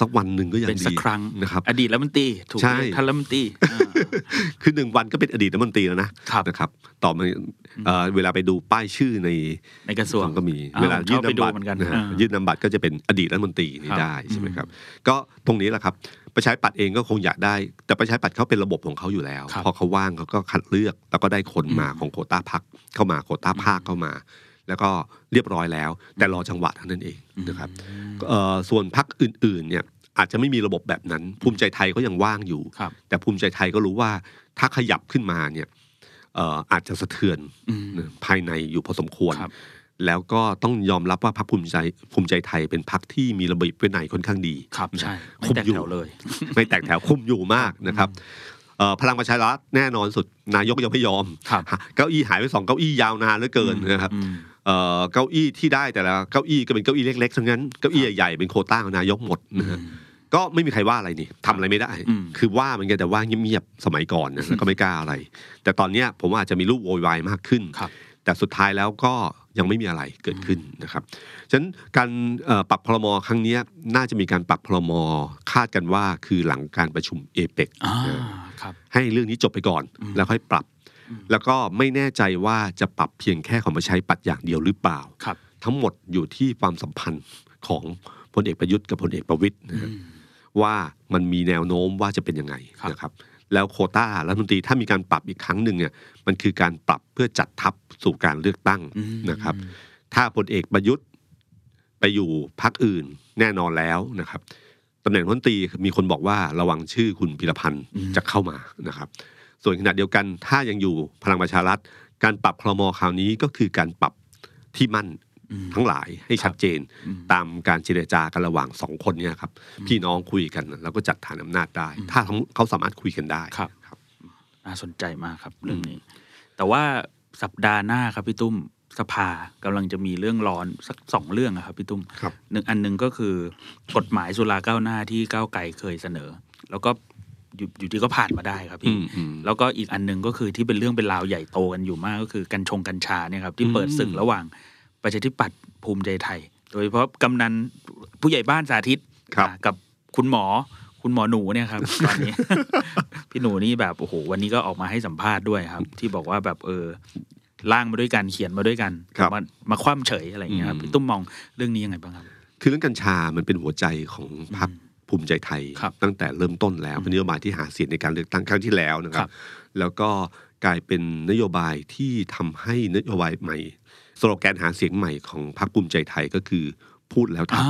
สักวันหนึ่งก็ยัง เป็น ดี สักครั้ง นะครับ อดีตรัฐมนตรีถูก ใช่ ท่านรัฐมนตรีอ่า คือหนึ่งวันก็เป็นอดีตรัฐมนตรีแล้วนะครับ นะครับ ต่อมาเอ่อเวลาไปดูป้ายชื่อใน ในกระทรวง ก็มี อ้าว เวลายื่น เข้าไป นำบัต ดู ร เหมือนกัน นะฮะ อ่ายื่ ยื่นนำบัตรก็จะเป็นอดีตรัฐมนตรีนี่ ครับ ได้ใช่ไหมครับ ก็ตรงนี้แหละครับประชาธิปัตย์เองก็คงอยากได้ แต่ประชาธิปัตย์เขาเป็นระบบของเขาอยู่แล้ว ครับ พอเขาว่างเขาก็คัดเลือก แล้วก็ได้คนมาของโควต้าพักเข้ามาโควต้าภาคเข้ามา แล้วก็เรียบร้อยแล้ว แต่รอจังหวะเท่านั้นเองนะครับเอ่อส่วนพักอื่นๆเนี่ยอาจจะไม่มีระบบแบบนั้น ภูมิใจไทยก็ยังว่างอยู่ ครับ แต่ภูมิใจไทยก็รู้ว่าถ้าขยับขึ้นมาเนี่ยเอ่ออาจจะสะเทือน อืม ภายในอยู่พอสมควร ครับ แล้วก็ต้องยอมรับว่าพรรคภูมิใจภูมิใจไทยเป็นพรรคที่มีระเบียบวินัยค่อนข้าง [laughs] ดี ครับใช่ไม่ คุม แตก อยู่ แถวเลย ไม่แตกแถวคุมอยู่มากนะครับเอ่อพลังประชารัฐแน่นอนสุดนายกยังไม่ยอม ครับ เก้าอี้หายไปสองเก้าอี้ยาวนานเหลือเกินนะครับ อืม เอ่อเก้าอี้ที่ได้แต่ละเก้าอี้ก็เป็นเก้าอี้เล็กๆทั้งนั้นเก้าอี้ใหญ่ๆเป็นโควต้าของนายกหมดนะฮะก็ไม่มีใครว่าอะไรนี่ทำอะไรไม่ได้ อืม คือว่าเหมันกันแต่ว่าเงียบๆสมัยก่อนนะแล้วก็ไม่กล้าอะไร แต่ตอนเนี้ยผมว่าอาจจะมีลูกโวยวายมากขึ้น ครับ แต่สุดท้ายแล้วก็ยังไม่มีอะไรเกิดขึ้นนะครับ ฉะนั้นการเอ่อปรับพรมครั้งเนี้ยน่าจะมีการปรับพรมคาดกันว่าคือหลังการประชุมเอเปก อ่าครับ ให้เรื่องนี้จบไปก่อนแล้วค่อยปรับ แล้วก็ไม่แน่ใจว่าจะปรับเพียงแค่ของมาใช้ปัดอย่างเดียวหรือเปล่า ครับ ทั้งหมดอยู่ที่ความสัมพันธ์ของพลเอกประยุทธ์กับพลเอกประวิตยนะฮะว่ามันมีแนวโน้มว่าจะเป็นยังไง ครับ นะครับ แล้วโควต้ารัฐมนตรีถ้ามีการปรับอีกครั้งหนึ่งเนี่ยมันคือการปรับเพื่อจัดทัพสู่การเลือกตั้งนะครับ ถ้าพลเอกประยุทธ์ไปอยู่พักอื่นแน่นอนแล้วนะครับตำแหน่งรัฐมนตรีมีคนบอกว่าระวังชื่อคุณพิรพันธ์จะเข้ามานะครับ ส่วนขณะเดียวกันถ้ายังอยู่พลังประชารัฐ การปรับครมคราวนี้ก็คือการปรับที่มั่นทั้งหลายให้ชัดเจน ตามการเจรจากันระหว่างสองคนเนี่ยครับพี่น้องคุยกันแล้วก็จัดฐานอำนาจได้ ถ้าทั้งเขาสามารถคุยกันได้ ครับ น่าสนใจมากครับเรื่องนี้ แต่ว่าสัปดาห์หน้าครับพี่ตุ้มสภากำลังจะมีเรื่องร้อนสักสองเรื่องอะครับพี่ตุ้ม ครับ หนึ่งอันหนึ่งก็คือกฎหมายสุราก้าวหน้าที่ก้าวไกลเคยเสนอ แล้วก็อยู่อยู่ที่ก็ผ่านมาได้ครับ อื พี่ มอืม แล้วก็อีกอันหนึ่งก็คือที่เป็นเรื่องเป็นราวใหญ่โตกันอยู่มากก็คือกัญชงกัญชาเนี่ยครับที่เปิดศึกระหว่างประชาธิปัตย์ภูมิใจไทย โดยเฉพาะกำนันผู้ใหญ่บ้านสาธิต ครับ อ่ากับคุณหมอคุณหมอหนูเนี่ย [laughs] ครับ ตอนนี้ พี่หนูนี่แบบโอ้โหวันนี้ก็ออกมาให้สัมภาษณ์ด้วยครับ ที่บอกว่าแบบเออร่างมาด้วยกันเขียนมาด้วยกัน ครับ มามาคว่ำเฉยอะไรอย่างเงี้ยครับ อืม พี่ตุ้มมองเรื่องนี้ยังไงบ้างครับ คือเรื่องกัญชา มันเป็นหัวใจของพรรคภูมิใจไทย ครับ ตั้งแต่เริ่มต้นแล้วเป็นนโยบายที่หาเสียงในการเลือกตั้งครั้งที่แล้วนะค ครั รับ บ แล้วก็กลายเป็นนโยบายที่ทำให้นโยบายใหม่ สโลแกนหาเสียงใหม่ของพรรคภูมิใจไทยก็คือ พูดแล้วท อ่า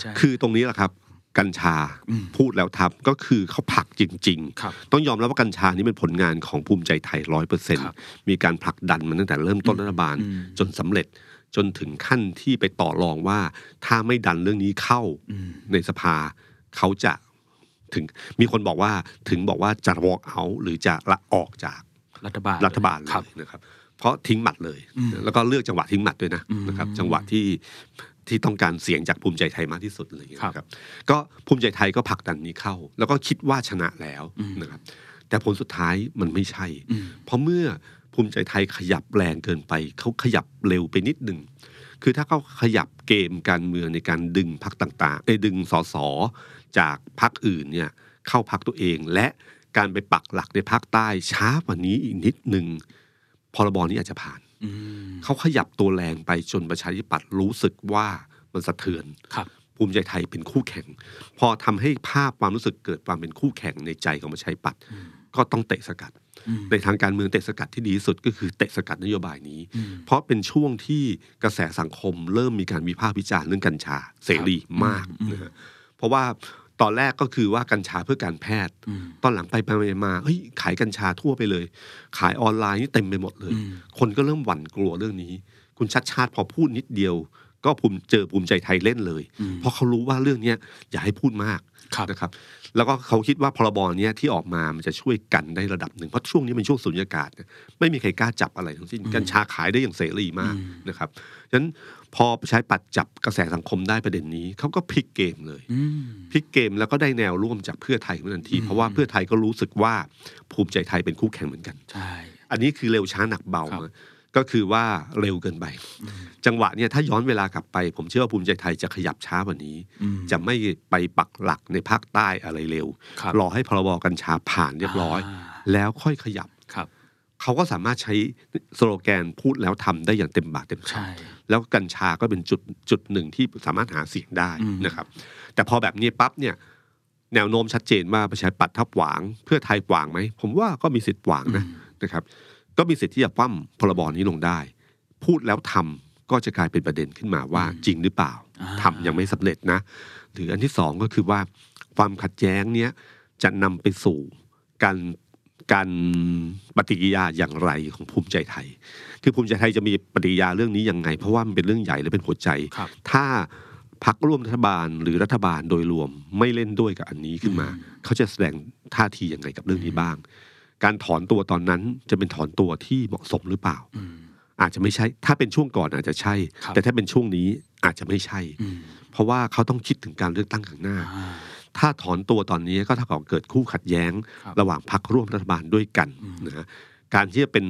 ใช่ ำคือตรงนี้แหละครับ กัญชา อืม พูดแล้วทำก็คือเขาผลักจริง ๆ ครับ ต้องยอมรับว่ากัญชานี่เป็นผลงานของภูมิใจไทยร้อยเปอร์เซ็น ครับ มีการผลักดันมันตั้งแต่เริ่มต้นรัฐบาล อืม จนสำเร็จจนถึงขั้นที่ไปต่อรองว่า ถ้าไม่ดันเรื่องนี้เข้า อืม ในสภาเขาจะถึงมีคนบอกว่าถึงบอกว่าจะ walk out หรือจะละออกจาก รัฐบาล รัฐบาลเล ครับ ยนะครับ เพราะทิ้งหมัดเลย อืม แล้วก็เลือกจังหวะทิ้งหมัดด้วยนะ อืม นะครับ จังหวะที่ที่ต้องการเสียงจากภูมิใจไทยมากที่สุดอะไรอย่างเงี้ย ครับ นะครับ ก็ภูมิใจไทยก็ผลักดันนี้เข้า แล้วก็คิดว่าชนะแล้วนะครับ แต่ผลสุดท้ายมันไม่ใช่ อืม เพราะเมื่อภูมิใจไทยขยับแรงเกินไป เขาขยับเร็วไปนิดหนึ่ง คือถ้าเขาขยับเกมการเมืองในการดึงพักต่างๆไอ้ยดึงสสจากพักอื่นเนี่ยเข้าพักตัวเอง และการไปปักหลักในภาคใต้ช้ากว่านี้อีกนิดหนึ่งพรบนี้อาจจะผ่าน อืม เขาขยับตัวแรงไปจนประชาธิปัตย์รู้สึกว่ามันสะเทือน ครับ ภูมิใจไทยเป็นคู่แข่ง พอทำให้ภาพความรู้สึกเกิดความเป็นคู่แข่งในใจของประชาธิปัตย์ก็ต้องเตะสกัด อืม ในทางการเมืองเตะสกัดที่ดีที่สุดก็คือเตะสกัดนโยบายนี้ อืม เพราะเป็นช่วงที่กระแสสังคมเริ่มมีการวิพากษ์วิจารณ์เรื่องกัญชาเสรีมากนะฮะเพราะว่าตอนแรกก็คือว่ากัญชาเพื่อการแพทย์ อืม ตอนหลังไปไปมาเฮ้ยขายกัญชาทั่วไปเลย ขายออนไลน์นี่เต็มไปหมดเลย อืม คนก็เริ่มหวั่นกลัวเรื่องนี้ คุณชัดชาติพอพูดนิดเดียว ก็ภูมิเจอภูมิใจไทยเล่นเลย อืม เพราะเขารู้ว่าเรื่องเนี้ยอย่าให้พูดมาก ครับ นะครับ แล้วก็เขาคิดว่าพรบเนี้ยที่ออกมามันจะช่วยกันได้ระดับหนึ่ง เพราะช่วงนี้เป็นช่วงสุญญากาศเนี่ยไม่มีใครกล้าจับอะไรทั้งสิ้นกัญชาขายได้อย่างเสรีมาก อืม นะครับฉะนั้นพอใช้ปัดจับกระแสสังคมได้ประเด็นนี้เขาก็พลิกเกมเลย อืม พลิกเกมแล้วก็ได้แนวร่วมจากเพื่อไทยเมื่อทันที เพราะว่าเพื่อไทยก็รู้สึกว่าภูมิใจไทยเป็นคู่แข่งเหมือนกัน ใช่ อันนี้คือเร็วช้าหนักเบา ครับ นะก็คือว่าเร็วเกินไป จังหวะเนี่ยถ้าย้อนเวลากลับไป ผมเชื่อว่าภูมิใจไทยจะขยับช้ากว่านี้ อืม จะไม่ไปปักหลักในภาคใต้อะไรเร็ว ครับ อให้พรบกัญชาผ่านเรียบร้อย อ่า แล้วค่อยขยับ ครับ เขาก็สามารถใช้สโลแกนพูดแล้วทำได้อย่างเต็มปากเต็มคำ ใช่ แล้วกัญชาก็เป็นจุดจุดหนึ่งที่สามารถหาเสียงได้ อืม นะครับ แต่พอแบบนี้ปั๊บเนี่ย แนวโน้มชัดเจนว่าประชาธิปัดทับหวาง เพื่อไทยหวางไหมผมว่าก็มีสิทธิ์หวางนะนะครับ ก็มีสิทธิ์ที่จะคว่ำพรบนี้ลงได้ พูดแล้วทำก็จะกลายเป็นประเด็นขึ้นมาว่าจริงหรือเปล่าทำยังไม่สำเร็จนะ หรืออันที่สองก็คือว่าความขัดแย้งเนี้ยจะนำไปสู่การการปฏิกิริยาอย่างไรของภูมิใจไทย คือภูมิใจไทยจะมีปฏิกิริยาเรื่องนี้ยังไง เพราะว่ามันเป็นเรื่องใหญ่และเป็นหัวใจ ครับ ถ้าพักร่วมรัฐบาลหรือรัฐบาลโดยรวมไม่เล่นด้วยกับอันนี้ขึ้นมา เขาจะแสดงท่าทียังไงกับเรื่องนี้บ้าง การถอนตัวตอนนั้นจะเป็นถอนตัวที่เหมาะสมหรือเปล่า อืม อาจจะไม่ใช่ ถ้าเป็นช่วงก่อนอาจจะใช่ ครับ แต่ถ้าเป็นช่วงนี้อาจจะไม่ใช่ อืม เพราะว่าเขาต้องคิดถึงการเลือกตั้งข้างหน้า อ่า ถ้าถอนตัวตอนนี้ก็เท่ากับเกิดคู่ขัดแย้ง ครับ ระหว่างพักร่วมรัฐบาลด้วยกันนะฮะการที่จะเป็น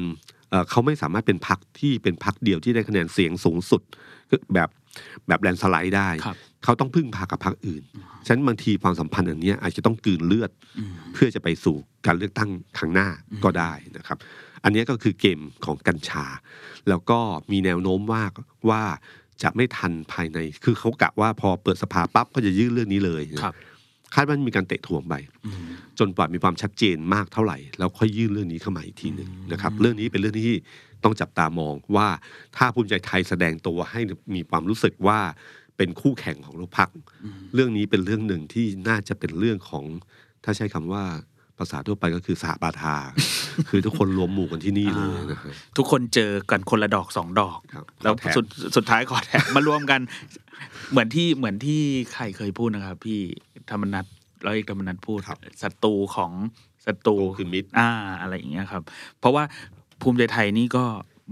เอ่อเขาไม่สามารถเป็นพักที่เป็นพักเดียวที่ได้คะแนนเสียงสูงสุดคือแบบแบบแลนด์สไลด์ได้ ครับ เขาต้องพึ่งพากับพรรคอื่น ฉะนั้นบางทีความสัมพันธ์อันเนี้ยอาจจะต้องกลืนเลือด อืม เพื่อจะไปสู่การเลือกตั้งครั้งหน้าก็ได้นะครับ อันเนี้ยก็คือเกมของกัญชา แล้วก็มีแนวโน้มว่าว่าจะไม่ทันภายใน คือเขากะว่าพอเปิดสภาปั๊บก็จะยื่นเรื่องนี้เลยนะครับ คาดว่ามีการเตะถ่วงไป อืม จนกว่ามีความชัดเจนมากเท่าไหร่ แล้วค่อยยื่นเรื่องนี้เข้ามาอีกทีหนึ่งนะครับ เรื่องนี้เป็นเรื่องที่ต้องจับตามองว่าถ้าภูมิใจไทยแสดงตัวให้มีความรู้สึกว่าเป็นคู่แข่งของรัฐพัก เรื่องนี้เป็นเรื่องหนึ่งที่น่าจะเป็นเรื่องของ ถ้าใช้คำว่าภาษาทั่วไปก็คือสหบาทา คือทุกคนรวมหมู่กันที่นี่เลยนะครับ ทุกคนเจอกันคนละดอกสองดอก ครับ แล้ว ขอแถม สุดสุดท้ายขอแถม มารวมกัน เหมือนที่เหมือนที่ใครเคยพูดนะครับ พี่ธรรมนัทร้อยเอกธรรมนัทพูด ครับ ศัตรูของศัตรู ศัตรูคือมิตร อ่าอะไรอย่างเงี้ยครับ เพราะว่าภูมิใจไทยนี่ก็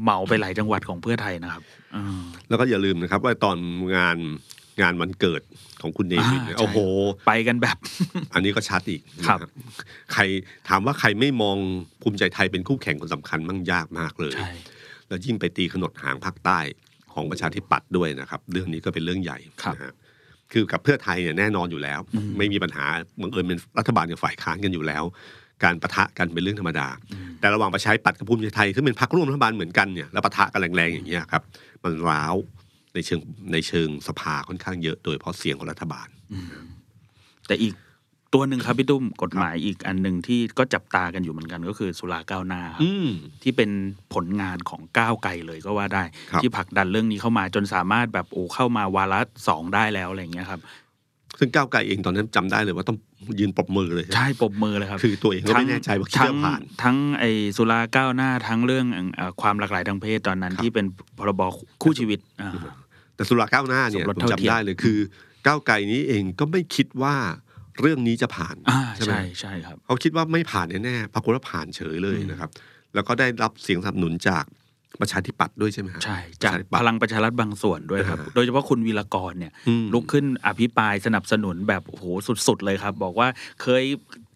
เหมาไปหลายจังหวัดของเพื่อไทยนะครับอืม แล้วก็อย่าลืมนะครับ ว่าตอนงานงานวันเกิดของคุณเนวินเนี่ย อ่าใช่ โอ้โห ไปกันแบบ อันนี้ก็ชัดอีก ครับ นะใครถามว่าใครไม่มองภูมิใจไทยเป็นคู่แข่งคนสำคัญมั่งยากมากเลย ใช่ แล้วยิ่งไปตีขนดหางภาคใต้ของประชาธิปัตย์ด้วยนะครับ เรื่องนี้ก็เป็นเรื่องใหญ่ ครับ นะฮะคือกับเพื่อไทยเนี่ยแน่นอนอยู่แล้ว ไม่มีปัญหาบังเอิญเป็นรัฐบาลกับฝ่ายค้านกันอยู่แล้ว การประทะกันเป็นเรื่องธรรมดา แต่ระหว่างประชาธิปัตย์กับภูมิใจไทยซึ่งเป็นพรรคร่วมรัฐบาลเหมือนกันเนี่ยแล้วประทะกันแรงๆอย่างเงี้ยครับ มันร้าวในเชิงในเชิงสภาค่อนข้างเยอะ โดยเฉพาะเสียงของรัฐบาล [laughs] แต่อีก ตัวหนึ่งครับพี่ตุ้มกฎหมายอีกอันหนึ่งที่ก็จับตากันอยู่เหมือนกันก็คือสุราก้าวหน้าครับ อืม ที่เป็นผลงานของก้าวไกลเลยก็ว่าได้ ครับ ที่ผลักดันเรื่องนี้เข้ามาจนสามารถแบบโอ้เข้ามาวาระสองได้แล้วอะไรอย่างเงี้ยครับ ซึ่งก้าวไกลเองตอนนั้นจำได้เลยว่าต้องยืนปรบมือเลย ใช่ปรบมือเลยครับ คือตัวเองก็ไม่แน่ใจว่าคิด ทั้ จะ ง ผ่าน ทั้งไอสุราก้าวหน้าทั้งเรื่องเอ่อความหลากหลายทางเพศตอนนั้น ครับ ที่เป็นพรบคู่ชีวิตอ่า แต่สุราก้าวหน้าเนี่ย สมรส ผม เท่าเทียม จำได้เลยคือก้าวไกลนี้เองก็ไม่คิดว่าเรื่องนี้จะผ่าน อ่า ใช่ไหม ใช่ใช่ครับ เขาคิดว่าไม่ผ่านแน่ๆปรากฏว่าผ่านเฉยเลยนะครับ แล้วก็ได้รับเสียงสนับสนุนจากประชาธิปัตย์ด้วยใช่ไหมฮะ ใช่ ประ จาก ชาธิปัต พ ย์ ลังประชารัฐบางส่วนด้วยครับ อ่า โดยเฉพาะคุณวีรกรเนี่ย อืม ลุกขึ้นอภิปรายสนับสนุนแบบโอ้โหสุด ๆ เลยครับ บอกว่าเคย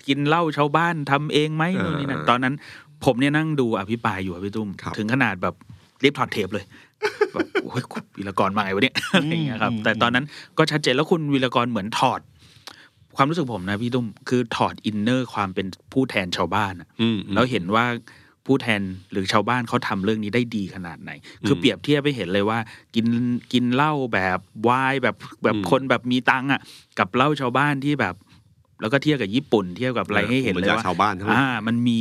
กินเหล้าชาวบ้านทำเองไหม อ่า นู่นนี่นั่นตอนนั้น ผมเนี่ยนั่งดูอภิปรายอยู่ครับพี่ตุ้ม ครับ ถึงขนาดแบบรีบถอดเทปเลย [laughs] แบบโอ้ยคุณวีรกรมาไงวะเนี่ย [laughs] อะไรอย่างเงี้ยครับ แต่ตอนนั้นก็ชัดเจนแล้วคุณวีรกรเหมือนถอด ความรู้สึกผมนะพี่ตุ้มคือถอดอินเนอร์ความเป็นผู้แทนชาวบ้านอะ อืม แล้วเห็นว่าผู้แทนหรือชาวบ้านเขาทำเรื่องนี้ได้ดีขนาดไหน คือเปรียบเทียบไปเห็นเลยว่ากินกินเหล้าแบบวายแบบแบบ อืม คนแบบมีตังค์อ่ะกับเหล้าชาวบ้านที่แบบ แล้วก็เทียบกับญี่ปุ่น เทียบกับอะไร เออ ให้เห็นเลย ภูมิปัญญา ว่า ชาวบ้านทั้งหมด อ่า มันมี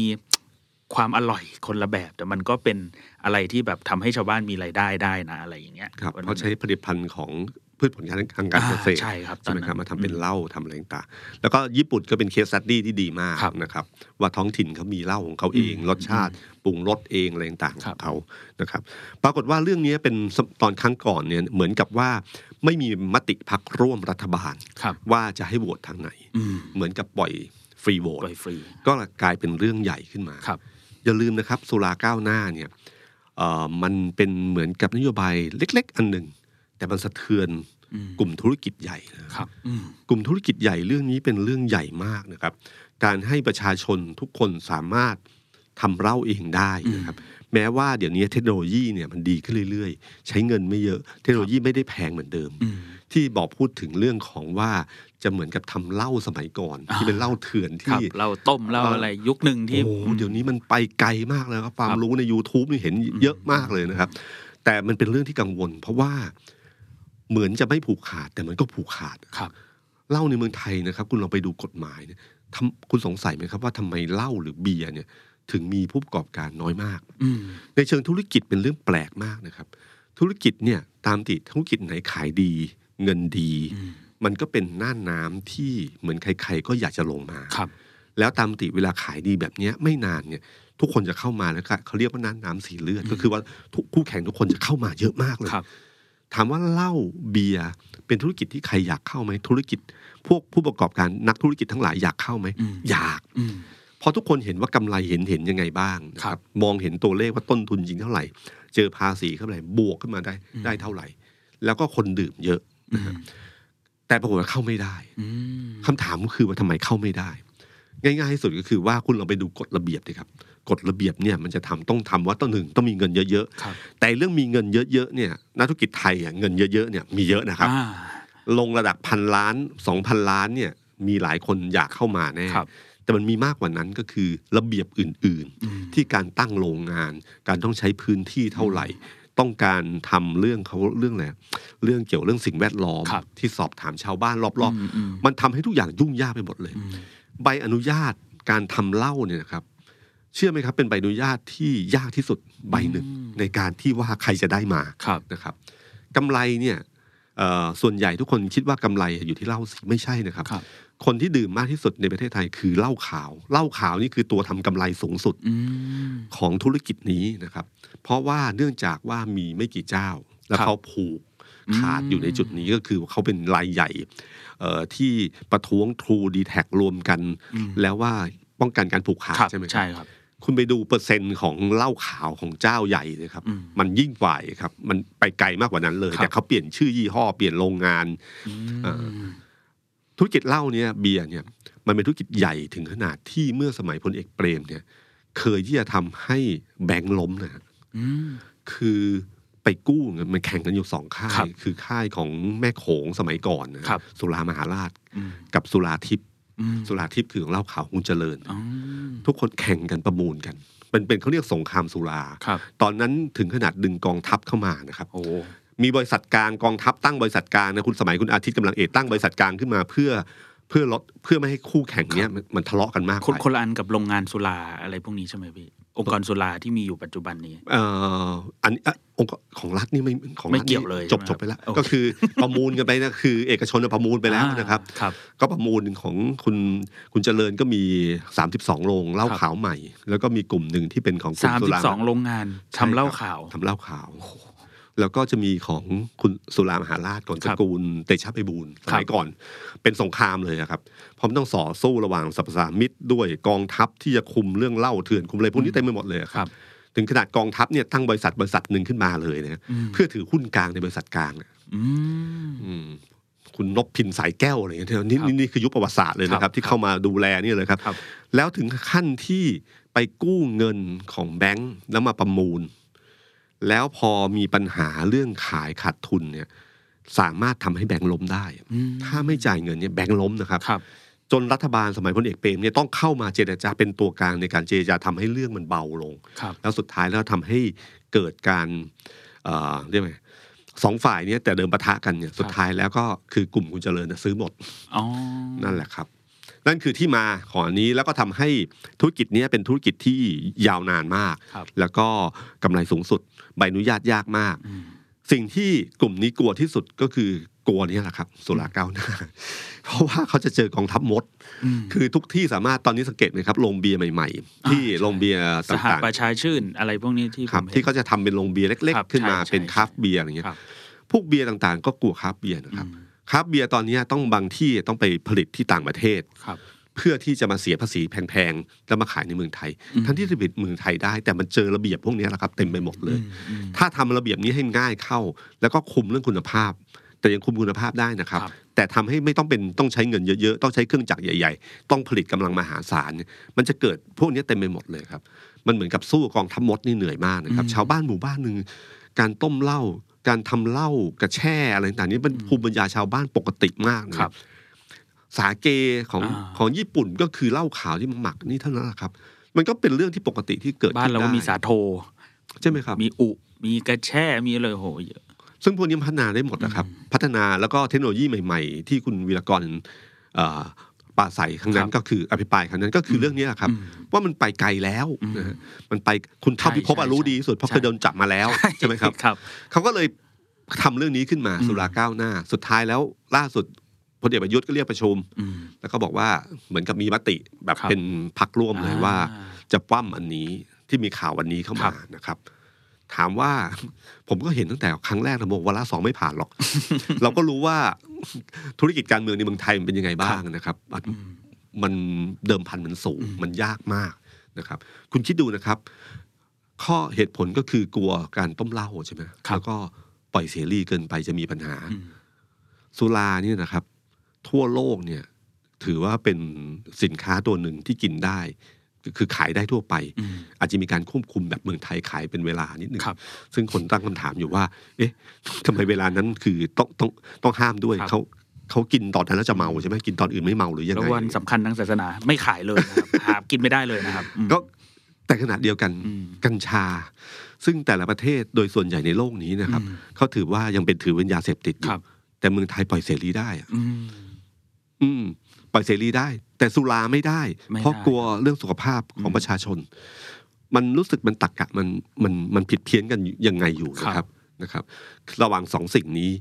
ความอร่อยคนละแบบ แต่มันก็เป็นอะไรที่แบบทำให้ชาวบ้านมีรายได้ได้นะอะไรอย่างเงี้ย ครับ วันนั้น เขาใช้ผลิตภัณฑ์ของพืชผลการทางการเกษตร อ่าใช่ครับ ไหมครับ ตอนนั้น มาทำเป็นเหล้าทำอะไรต่างๆแล้วก็ญี่ปุ่นก็เป็นเคสสตดี้ที่ดีมาก ครับ นะครับ ว่าท้องถิ่นเขามีเหล้าของเขาเอง รสชาติปรุงรสเองอะไรต่างๆข ครั อบ งเขานะครับ ปรากฏว่าเรื่องนี้เป็นสตอนครั้งก่อนเนี่ยเหมือนกับว่าไม่มีมติพักร่วมรัฐบาล ครับ ว่าจะให้โหวตทางไหน อืม เหมือนกับปล่อยฟรีโหวต ปล่อยฟรี ก็กลายเป็นเรื่องใหญ่ขึ้นมา ครับ อย่าลืมนะครับสุราก้าวหน้าเนี่ยเอ่อมันเป็นเหมือนกับนโยบายเล็ก ๆ อันหนึ่ง แต่มันสะเทือน อืม กลุ่มธุรกิจใหญ่นะครับ อืม กลุ่มธุรกิจใหญ่เรื่องนี้เป็นเรื่องใหญ่มากนะครับ การให้ประชาชนทุกคนสามารถทำเหล้าเองได้นะครับแม้ว่าเดี๋ยวนี้เทคโนโลยีเนี่ยมันดีขึ้นเรื่อยๆ ใช้เงินไม่เยอะ เทคโนโลยีไม่ได้แพงเหมือนเดิม อืม ที่บอกพูดถึงเรื่องของว่าจะเหมือนกับทำเหล้าสมัยก่อน ที่เป็นเหล้าเถื่อน ครั ที่ บเราต้มเราอะไรยุคหนึ่งที่ โอ้โหเดี๋ยวนี้มันไปไกลมากแล้วครับความ ครับ รู้ใน YouTube นี่เห็นเยอะมากเลยนะครับ แต่มันเป็นเรื่องที่กังวล เพราะว่าเหมือนจะไม่ผูกขาด แต่มันก็ผูกขาด ครับ เหล้าในเมืองไทยนะครับ คุณลองไปดูกฎหมายเนี่ยทำคุณสงสัยไหมครับว่าทำไมเหล้าหรือเบียร์เนี่ย ถึงมีผู้ประกอบการน้อยมาก อืม ในเชิงธุรกิจเป็นเรื่องแปลกมากนะครับ ธุรกิจเนี่ยตามติดธุรกิจไหนขายดี เงินดี อืม มันก็เป็นหน้าน้ำที่เหมือนใคร ๆ ก็อยากจะลงมา ครับ แล้วตามปกติเวลาขายดีแบบเนี้ยไม่นานเนี่ย ทุกคนจะเข้ามาแล้วก็เขาเรียกว่าน้ำน้ำสีเลือด ก็คือว่าทุกคู่แข่งทุกคนจะเข้ามาเยอะมากเลย ครับ ถามว่าเหล้าเบียร์เป็นธุรกิจที่ใครอยากเข้าไหมธุรกิจ พวกผู้ประกอบการนักธุรกิจทั้งหลายอยากเข้าไหม อืม อยาก อืม เพราะทุกคนเห็นว่ากำไรเห็นเห็นยังไงบ้างนะครับ มองเห็นตัวเลขว่าต้นทุนจริงเท่าไหร่ เจอภาษีเข้าไปบวกขึ้นมาได้ได้เท่าไหร่ แล้วก็คนดื่มเยอะ อืม แต่ปรากฏว่าเข้าไม่ได้ อืม คำถามก็คือว่าทำไมเข้าไม่ได้ ง่ายๆที่สุดก็คือว่าคุณลองไปดูกฎระเบียบดีครับกฎระเบียบเนี่ยมันจะทำต้องทำว่าต้องหนึ่งต้องมีเงินเยอะ ครับ ๆแต่เรื่องมีเงินเยอะๆเนี่ยนักธุรกิจไทยอ่ะเงินเยอะๆเนี่ยมีเยอะนะครับ อ่า ลงระดับพันล้านสองพันล้านเนี่ยมีหลายคนอยากเข้ามาแน่ ครับ แต่มันมีมากกว่านั้นก็คือระเบียบอื่นๆ ที่การตั้งโรงงาน การต้องใช้พื้นที่เท่าไหร่ ต้องการทำเรื่องเขาเรื่องอะไรเรื่องเกี่ยวเรื่องสิ่งแวดล้อม ครับ ที่สอบถามชาวบ้านรอบ อืมอืม ๆ มันทำให้ทุกอย่างยุ่งยากไปหมดเลย ใบอนุญาตการทำเหล้าเนี่ยนะครับ เชื่อไหมครับ เป็นใบอนุญาตที่ยากที่สุดใบหนึ่งในการที่ว่าใครจะได้มา ครับ นะครับกำไรเนี่ยเอ่อส่วนใหญ่ทุกคนคิดว่ากำไรอยู่ที่เหล้าสิไม่ใช่นะครับ ครับ คนที่ดื่มมากที่สุดในประเทศไทยคือเหล้าขาวเหล้าขาวนี่คือตัวทำกำไรสูงสุด อืม ของธุรกิจนี้นะครับ เพราะว่าเนื่องจากว่ามีไม่กี่เจ้า แล้ว ครับ เขาผูกขาดอยู่ในจุดนี้ก็คือเขาเป็นรายใหญ่เอ่อที่ประท้วงทรูดีแท็รวมกัน อืม แล้วว่าป้องกันการผูกขาด ครับ ใช่ไหมครับ ใช่ครับ คุณไปดูเปอร์เซ็นต์ของเหล้าขาวของเจ้าใหญ่เลยครับ อืม มันยิ่งกว่าอีกครับ มันไปไกลมากกว่านั้นเลย ครับ แต่เขาเปลี่ยนชื่อยี่ห้อเปลี่ยนโรงงาน เอ่อ ธุรกิจเหล้าเนี่ยเบียร์เนี่ยมันเป็นธุรกิจใหญ่ถึงขนาดที่เมื่อสมัยพลเอกเปรมเนี่ย เคยที่จะทำให้แบงค์ล้มนะฮะ อืม คือไปกู้เงินมันแข่งกันอยู่สองค่า ครั ย บ คือค่ายของแม่โขงสมัยก่อนนะฮะ ครับ สุรามหาราช อืม กับสุราทิพย์ อืม สุราทิพย์คือของเหล้าขาวของคุณเจริญ อ๋อ ทุกคนแข่งกันประมูลกันเป็นเป็นเขาเรียกสงครามสุรา ครับ ตอนนั้นถึงขนาดดึงกองทัพเข้ามานะครับ โอ้ มีบริษัทกลางกองทัพตั้งบริษัทกลางนะคุณสมัยคุณอาทิตย์กำลังเอกตั้งบริษัทกลางขึ้นมา เพื่อ เพื่อลดเพื่อไม่ให้คู่แข่งเนี้ยมันมันทะเลาะกันมาก คน ไป คนละอันกับโรงงานสุราอะไรพวกนี้ใช่ไหมพี่องค์กรสุราที่มีอยู่ปัจจุบันนี้ เอ่ออันนี้อ่ะองค์กรของรัฐนี่ไม่ของรัฐ ไม่เกี่ยวเลย จบ ใช่ จบ ไหม ไปแล้ว โอเค ก็คือ [laughs] ประมูลกันไปนะคือ เอกชนน่ะประมูลไปแล้วนะครับ อ่าครับ ก็ประมูลของคุณคุณเจริญก็มี 32 โรงเหล้า ครับ ขาวใหม่ แล้วก็มีกลุ่มหนึ่งที่เป็นของกลุ่ สาม ม สุ สิบ รา สองโรงงานทำเหล้าขาว ทำเหล้าขาว แล้วก็จะมีของคุณสุรามหาราชก่อน ค ต รั ระ บ กูลเตชะไพบูลย์สมั ครั ย บ ก่อนเป็นสงครามเลยอะครับเพราะมันต้องส่อสู้ระหว่างสรรพสามิตรด้วยกองทัพที่จะคุมเรื่องเหล้าเถื่อนคุมอะไรพวกนี้เต็มไปหมดเลยอะ ค ค รั รับ บ ถึงขนาดกองทัพเนี่ยตั้งบริษัทบริษัทหนึ่งขึ้นมาเลยนะ อืม เพื่อถือหุ้นกลางในบริษัทกลางอะ อืม อืมคุณนพพินสายแก้วอะไรอย่างเงี้ยนี่ ครับ นี่นี่คือยุคประวัติศาสตร์เลยนะ ค ค รั รั บบ ที่เข้ามาดูแลนี่เลยครับ ครับ แล้วถึงขั้นที่ไปกู้เงินของแบงก์แล้วมาประมูล แล้วพอมีปัญหาเรื่องขายขาดทุนเนี่ยสามารถทำให้แบงก์ล้มได้ อืม ถ้าไม่จ่ายเงินเนี่ยแบงก์ล้มนะครับ ครับ จนรัฐบาลสมัยพลเอกเปรมเนี่ยต้องเข้ามาเจรจาเป็นตัวกลางในการเจรจาทำให้เรื่องมันเบาลง ครับ แล้วสุดท้ายแล้วทำให้เกิดการเอ่อเรียกไงสองฝ่ายเนี้ยแต่เดิมปะทะกันเนี่ยสุดท้ายแล้วก็คือกลุ่มคุณเจริญน่ะซื้อหมด อ๋อ นั่นแหละครับ นั่นคือที่มาของอันนี้แล้วก็ทำให้ธุรกิจเนี้ยเป็นธุรกิจที่ยาวนานมาก ครับ แล้วก็กำไรสูงสุดใบอนุญาตยากมาก อืม สิ่งที่กลุ่มนี้กลัวที่สุดก็คือกลัวเนี่ยแหละครับสุราก้าวหน้า [laughs] เพราะว่าเขาจะเจอกองทัพมด อืม คือทุกที่สามารถตอนนี้สังเกตไหมครับโรงเบียร์ใหม่ ๆ ที่โรงเบียร์ สห ต่างๆ ประชาชื่นอะไรพวกนี้ที่ ครับ ผมห็น ที่เขาจะทำเป็นโรงเบียร์เล็ก ครับ ๆ ขึ้นมา ใช่ใช่ เป็นคราฟต์เบียร์อะไรเงี้ย ครับ พวกเบียร์ต่างๆ ก็กลัวคราฟต์เบียร์นะครับ อืม คราฟต์เบียร์ตอนเนี้ยต้องบางที่ต้องไปผลิตที่ต่างประเทศ ครับ เพื่อที่จะมาเสียภาษีแพงๆแล้วมาขายในเมืองไทย อืม ทั้งที่จะปิดเมืองไทยได้ แต่มันเจอระเบียบพวกเนี้ยแหละครับเต็มไปหมดเลย อืม ถ้าทำระเบียบนี้ให้ง่ายเข้า แล้วก็คุมเรื่องคุณภาพ แต่ยังคุมคุณภาพได้นะครับ ครับ แต่ทำให้ไม่ต้องเป็นต้องใช้เงินเยอะๆ ต้องใช้เครื่องจักรใหญ่ ๆ ต้องผลิตกำลังมหาศาลเนี่ยมันจะเกิดพวกนี้เต็มไปหมดเลยครับ มันเหมือนกับสู้กองทัพมดนี่เหนื่อยมากนะครับ ชาวบ้านหมู่บ้านหนึ่งการต้มเหล้าการทำเหล้ากระแช่อะไรต่างๆนี่เป็นภูมิปัญญาชาวบ้านปกติมากนะ ค ค รั รับ บ สาเกของ อ่า ของญี่ปุ่นก็คือเหล้าขาวที่หมักนี่เท่านั้นแหละครับ มันก็เป็นเรื่องที่ปกติที่เกิด บ้าน ขึ้น เราก็ ได้ มีสาโท ใช่ไหมครับ มีอุมีกระแช่มีอะไรโหเยอะ ซึ่งพวกนี้พัฒนาได้หมดนะครับ พัฒนาแล้วก็เทคโนโลยีใหม่ ๆ ที่คุณวีรกรเอ่อปราใสครั้งนั้นก็คืออภิปรายครั้งนั้นก็คือเรื่องนี้แหละครับ ว่ามันไปไกลแล้วนะฮะมันไปคุณเท่าพิภพ ใช่ อะรู้ดีที่สุดเพราะ ใช่ เคยโดนจับมาแล้วใช่ไหมครับ ครับ เขาก็เลยทำเรื่องนี้ขึ้นมาสุราก้าวหน้า สุดท้ายแล้วล่าสุดพลเอกประยุทธ์ก็เรียกประชุม อืม แล้วก็บอกว่าเหมือนกับมีมติแบบ ครับ เป็นพักร่วมเลย อ่า ว่า จะปั้มอันนี้ที่มีข่าววันนี้เข้า ครั มา บ นะครับ ถาม [laughs] ว่า ผมก็เห็นตั้งแต่ครั้งแรกนะบอกวาระสองไม่ผ่านหรอก [laughs] เราก็รู้ว่า [laughs] ธุรกิจการเมืองในเมืองไทยมันเป็นยังไงบ้างนะครับอ่ะมันเดิมพันมันสูงมันยากมากนะครับ คุณคิดดูนะครับ ข้อเหตุผลก็คือกลัวการต้มเหล้าใช่ไหมแล้วก็ปล่อยเสรีเกินไปจะมีปัญหา อืม สุราเนี่ยนะครับ ทั่วโลกเนี่ย ถือว่าเป็นสินค้าตัวหนึ่งที่กินได้ คือขายได้ทั่วไป อืม อาจจะมีการควบคุมแบบเมืองไทยขายเป็นเวลานิดหนึ่ง ครับ ซึ่งคนตั้งคำถามอยู่ว่า เอ๊ะ [laughs] ทำไมเวลานั้นคือต้องต้องต้องห้ามด้วย ครับ เขาเขากินตอนนั้นแล้วจะเมาใช่ไหมกินตอนอื่นไม่เมาหรือยัง แล้ว ไง วันสำคัญทางศาสนาไม่ขายเลยนะครับ หากินไม่ได้เลยนะครับอืม ก็แต่ขนาดเดียวกัน อืม กัญชา ซึ่งแต่ละประเทศโดยส่วนใหญ่ในโลกนี้นะครับ อืม เขาถือว่ายังเป็นถือเป็นยาเสพติดอ ครั ยู่ บ แต่เมืองไทยปล่อยเสรีได้อะ อืม อืมปล่อยเสรีได้ แต่สุราไม่ได้ ไม่ได้ เพราะกลัวเรื่องสุขภาพของประชาชน มันรู้สึกมันตักกะมันมันมันผิดเพี้ยนกันยังไงอยู่นะ ค ค รั รั บบ นะครับ ระหว่างสองสิ่งนี้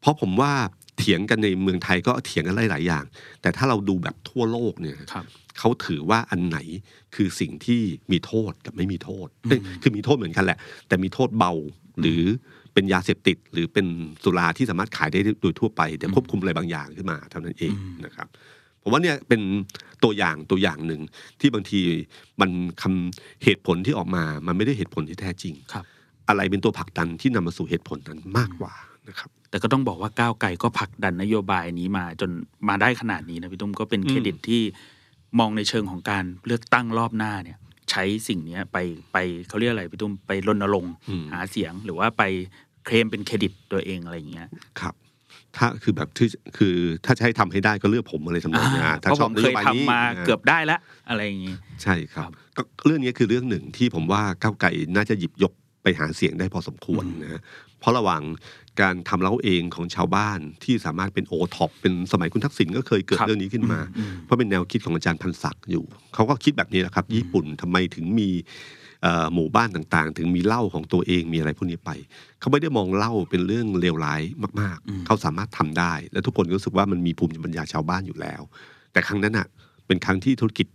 เพราะผมว่าเถียงกันในเมืองไทยก็เถียงกันหลายๆอย่าง แต่ถ้าเราดูแบบทั่วโลกเนี่ย ครับ เขาถือว่าอันไหนคือสิ่งที่มีโทษกับไม่มีโทษเอ้ยคือมีโทษเหมือนกันแหละ แต่มีโทษเบาหรือเป็นยาเสพติด หรือเป็นสุราที่สามารถขายได้โดยทั่วไป แต่ควบคุมอะไรบางอย่างขึ้นมาเท่านั้นเอง อืม นะครับ ผมว่าเนี่ยเป็นตัวอย่างตัวอย่างหนึ่งที่บางทีมันคำเหตุผลที่ออกมา มันไม่ได้เหตุผลที่แท้จริง ครับ อะไรเป็นตัวผลักดันที่นำมาสู่เหตุผลนั้นมากกว่านะครับ แต่ก็ต้องบอกว่าก้าวไกลก็ผลักดันนโยบายนี้มาจนมาได้ขนาดนี้นะพี่ตุ้มก็เป็นเครดิตที่มองในเชิงของการเลือกตั้งรอบหน้าเนี่ย ใช้สิ่งเนี้ยไปไปเขาเรียกอะไรพี่ตุ้มไปรณรงค์ อืม หาเสียงหรือว่าไปเคลมเป็นเครดิตตัวเองอะไรอย่างเงี้ย ครับ ถ้าคือแบบที่คือถ้าจะให้ทำให้ได้ก็เลือกผมอะไรทำนองเนี้ย อ่า ถ้า เพราะ ช ผ อบ ม น เค โย ย บาย ทำ นี้ มา อ่ เกือบได้ละอะไรอย่างงี้ ใช่ครับก็เรื่องนี้คือเรื่องหนึ่งที่ผมว่าก้าวไก่น่าจะหยิบยกไปหาเสียงได้พอสมควรนะฮะเพราะระหว่าง การทำเล้าเองของชาวบ้านที่สามารถเป็นโอท็อปเป็นสมัยคุณทักษิณก็เคยเกิด ครับ เรื่องนี้ขึ้นมา อืม เพราะเป็นแนวคิดของอาจารย์พันศักดิ์อยู่ เขาก็คิดแบบนี้แหละครับ ญี่ปุ่นทำไมถึงมีเอ่อหมู่บ้านต่างๆ ถึงมีเหล้าของตัวเองมีอะไรพวกนี้ไป เขาไม่ได้มองเหล้าเป็นเรื่องเลวร้ายมาก อืม ๆ เขาสามารถทำได้ และทุกคนก็รู้สึกว่ามันมีภูมิปัญญาชาวบ้านอยู่แล้ว แต่ครั้งนั้นอ่ะเป็นครั้งที่ธุรกิจ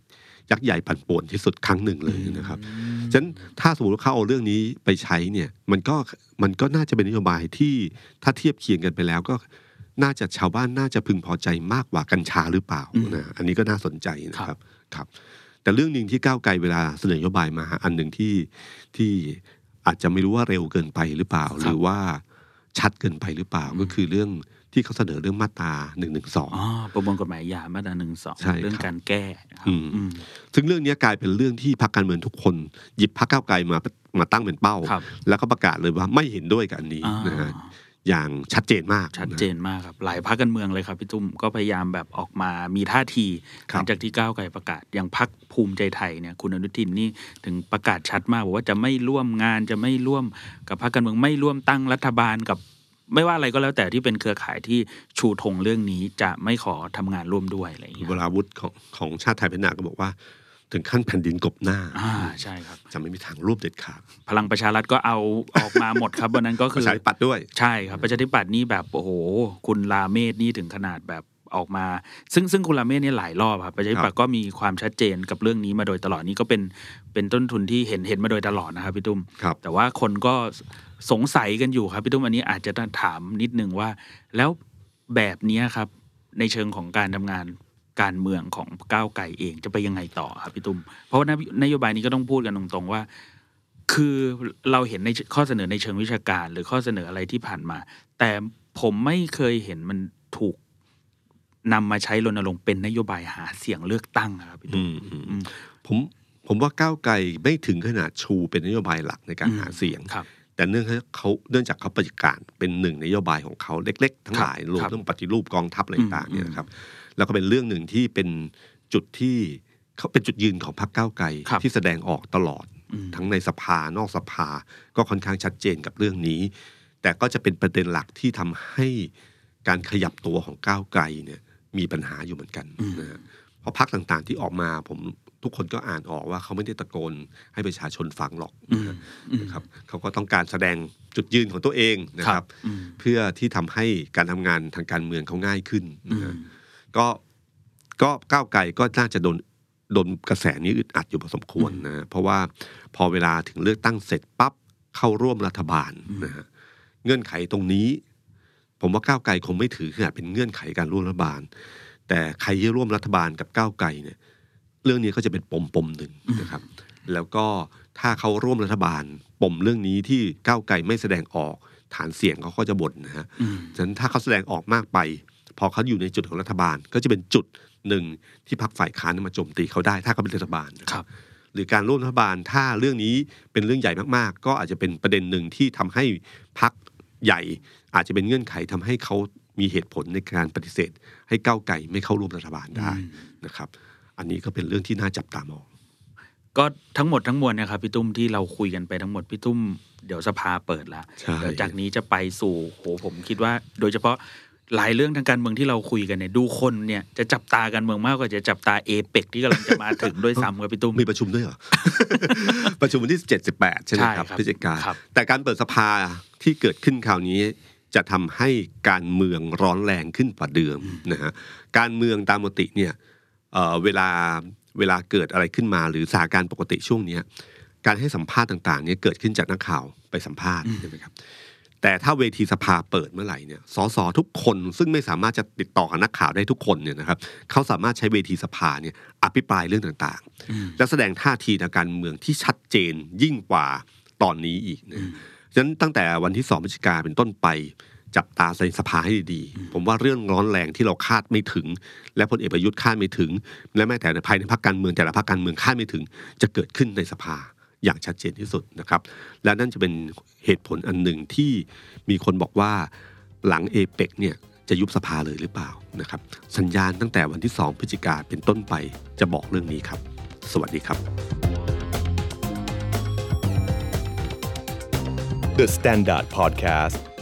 ยักษ์ใหญ่ปั่นป่วนที่สุดครั้งหนึ่งเลยนะครับ ฉะนั้นถ้าสมมติว่าเขาเอาเรื่องนี้ไปใช้เนี่ยมันก็มันก็น่าจะเป็นนโยบายที่ถ้าเทียบเคียงกันไปแล้วก็น่าจะชาวบ้านน่าจะพึงพอใจมากกว่ากัญชาหรือเปล่านะอันนี้ก็น่าสนใจนะครับครับ แต่เรื่องหนึ่งที่ก้าวไกลเวลาเสนอนโยบายมา อันหนึ่งที่ที่อาจจะไม่รู้ว่าเร็วเกินไปหรือเปล่า หรือว่าชัดเกินไปหรือเปล่าก็คือเรื่องที่เขาเสนอเรื่องมาตราหนึ่งหนึ่งสอง อ๋อประมวลกฎหมายยามาตราหนึ่งสอง ใช่ครับ เรื่องการแก้นะครับ อืม อืม ซึ่งเรื่องนี้กลายเป็นเรื่องที่พรรคการเมืองทุกคน หยิบพรรคก้าวไกลมามาตั้งเป็นเป้า ครับ แล้วก็ประกาศเลยว่าไม่เห็นด้วยกับอันนี้ อ่าน นะฮะอย่างชัดเจนมาก ชัดเจนมากครับ หลายพรรคการเมืองเลยครับพี่ตุ้มก็พยายามแบบออกมามีท่าที ค ห รับ ลังจากที่ก้าวไกลประกาศอย่างพรรคภูมิใจไทยเนี่ยคุณอนุทินนี่ถึงประกาศชัดมากบอกว่าจะไม่ร่วมงานจะไม่ร่วมกับพรรคการเมืองไม่ร่วมตั้งรัฐบาลกับ ไม่ว่าอะไรก็แล้วแต่ที่เป็นเครือข่ายที่ชูธงเรื่องนี้จะไม่ขอทำงานร่วมด้วยอะไรอย่างเงี้ย เวลาวุฒิของของชาติไทยพัฒนาก็บอกว่า ถึงขั้นแผ่นดินกบหน้า อ่าใช่ครับ จะไม่มีทางรูปเด็ดขาด พลังประชารัฐก็เอาออกมาหมดครับวันนั้นก็ ป คื ระ อ ชาธิปัตย์ด้วย ใช่ครับประชาธิปัตย์นี่แบบโอ้โห คุณลาเมศนี่ถึงขนาดแบบออกมา ซึ่งซึ่งคุณลาเมศเนี่ยหลายรอบครับประชาธิปัตย์ก็มีความชัดเจนกับเรื่องนี้มาโดยตลอดนี่ก็เป็นเป็นต้นทุนที่เห็นเห็นมาโดยตลอดนะครับพี่ตุ้ม ครับ แต่ว่าคนก็สงสัยกันอยู่ครับพี่ตุ้มอันนี้อาจจะต้องถามนิดนึงว่า แล้วแบบเนี้ยครับ ในเชิงของการทำงานการเมืองของก้าวไกลเองจะไปยังไงต่อครับพี่ตุ้มเพราะว่านโยบายนี้ก็ต้องพูดกันตรงๆว่า คือเราเห็นในข้อเสนอในเชิงวิชาการหรือข้อเสนออะไรที่ผ่านมา แต่ผมไม่เคยเห็นมันถูกนำมาใช้รณรงค์เป็นนโยบายหาเสียงเลือกตั้งนะครับพี่ อื ตุ้มมอืม อืม ผมผมว่าก้าวไกลไม่ถึงขนาดชูเป็นนโยบายหลักในการหาเสียง ครับ แต่เนื่องจากเขาเนื่องจากเขาปฏิการเป็นหนึ่งนโยบายของเขาเล็ก ๆ ทั้งหลาย ครับ รวม ครับ เรื่องปฏิรูปกองทัพอะไรต่าง อื ๆ ม เนี่ยนะครับ แล้วก็เป็นเรื่องหนึ่งที่เป็นจุดที่เขาเป็นจุดยืนของพรรคก้าวไกล ครับ ที่แสดงออกตลอด อืม ทั้งในสภานอกสภาก็ค่อนข้างชัดเจนกับเรื่องนี้ แต่ก็จะเป็นประเด็นหลักที่ทำให้การขยับตัวของก้าวไกลเนี่ยมีปัญหาอยู่เหมือนกันนะฮะเพราะพรรคต่างๆที่ออกมาผมทุกคนก็อ่านออกว่าเขาไม่ได้ตะโกนให้ประชาชนฟังหรอกนะฮะ นะครับเขาก็ต้องการแสดงจุดยืนของตัวเองนะค ครั รับ บ เพื่อที่ทำให้การทำงานทางการเมืองเขาง่ายขึ้นนะฮะก็ก็ก้าวไกลก็น่าจะโดนโดนกระแสนี้อึดอัดอยู่พอสมควรนะฮะเพราะว่าพอเวลาถึงเลือกตั้งเสร็จปั๊บเข้าร่วมรัฐบาลนะฮะเงื่อนไขตรงนี้ ผมว่าก้าวไกลคงไม่ถือขนาดเป็นเงื่อนไขการร่วมรัฐบาล แต่ใครที่ร่วมรัฐบาลกับก้าวไกลเนี่ย เรื่องนี้ก็จะเป็นปมปมหนึ่งนะครับ แล้วก็ถ้าเขาร่วมรัฐบาล ปมเรื่องนี้ที่ก้าวไกลไม่แสดงออกฐานเสียงเขาก็จะบ่นนะฮะ อืม ฉะนั้นถ้าเขาแสดงออกมากไป พอเขาอยู่ในจุดของรัฐบาล ก็จะเป็นจุดหนึ่งที่พรรคฝ่ายค้านมาโจมตีเขาได้ ถ้าเขาเป็นรัฐบาลนะครับ หรือการร่วมรัฐบาลถ้าเรื่องนี้เป็นเรื่องใหญ่มากๆ ก็อาจจะเป็นประเด็นหนึ่งที่ทำให้พรรคใหญ่ อาจจะเป็นเงื่อนไขทำให้เขามีเหตุผลในการปฏิเสธ ให้ก้าวไกลไม่เข้าร่วมรัฐบาลได้นะครับ อันนี้ก็เป็นเรื่องที่น่าจับตามอง ก็ทั้งหมดทั้งมวลเนะครับพี่ตุ้มที่เราคุยกันไปทั้งหมดพี่ตุ้มเดี๋ยวสภาเปิดละ ใช่ เดี๋ยวจากนี้จะไปสู่โหผมคิดว่า โดยเฉพาะหลายเรื่องทางการเมืองที่เราคุยกันเนี่ยดูคนเนี่ยจะจับตาการเมืองมากกว่าจะจับตาเอเปกที่กำลังจะมาถึงด้วยซ้ำครับพี่ตุ้ม มีประชุมด้วยเหรอ [laughs] ประชุมวันที่ 7 8 ใช่ไหมครับ ใช่ครับ พฤศจิกา ครับ แต่การเปิดสภาที่เกิดขึ้นคราวนี้ จะทำให้การเมืองร้อนแรงขึ้นกว่าเดิมนะฮะการเมืองตามปกติเนี่ยเอ่อเวลาเวลาเกิดอะไรขึ้นมา หรือสถานการณ์ปกติช่วงเนี้ยการให้สัมภาษณ์ต่างๆเนี่ยเกิดขึ้นจากนักข่าวไปสัมภาษณ์ใช่ไหมครับ แต่ถ้าเวทีสภาเปิดเมื่อไหร่เนี่ย สสทุกคนซึ่งไม่สามารถจะติดต่อกับนักข่าวได้ทุกคนเนี่ยนะครับ เขาสามารถใช้เวทีสภาเนี่ยอภิปรายเรื่องต่างๆ และแสดงท่าทีทางการเมืองที่ชัดเจนยิ่งกว่าตอนนี้อีกนะฉะนั้นตั้งแต่วันที่สองพฤศจิกาเป็นต้นไป จับตาในสภาให้ดีๆ ผมว่าเรื่องร้อนแรงที่เราคาดไม่ถึง และพลเอกประยุทธ์คาดไม่ถึง และแม้แต่ในภายในพรรคการเมืองแต่ละพรรคการเมืองคาดไม่ถึง จะเกิดขึ้นในสภาอย่างชัดเจนที่สุดนะครับ และนั่นจะเป็นเหตุผลอันหนึ่งที่มีคนบอกว่าหลังเอเปกเนี่ยจะยุบสภาเลยหรือเปล่านะครับ สัญญาณตั้งแต่วันที่ 2 พฤศจิกาเป็นต้นไปจะบอกเรื่องนี้ครับ สวัสดีครับ The Standard Podcast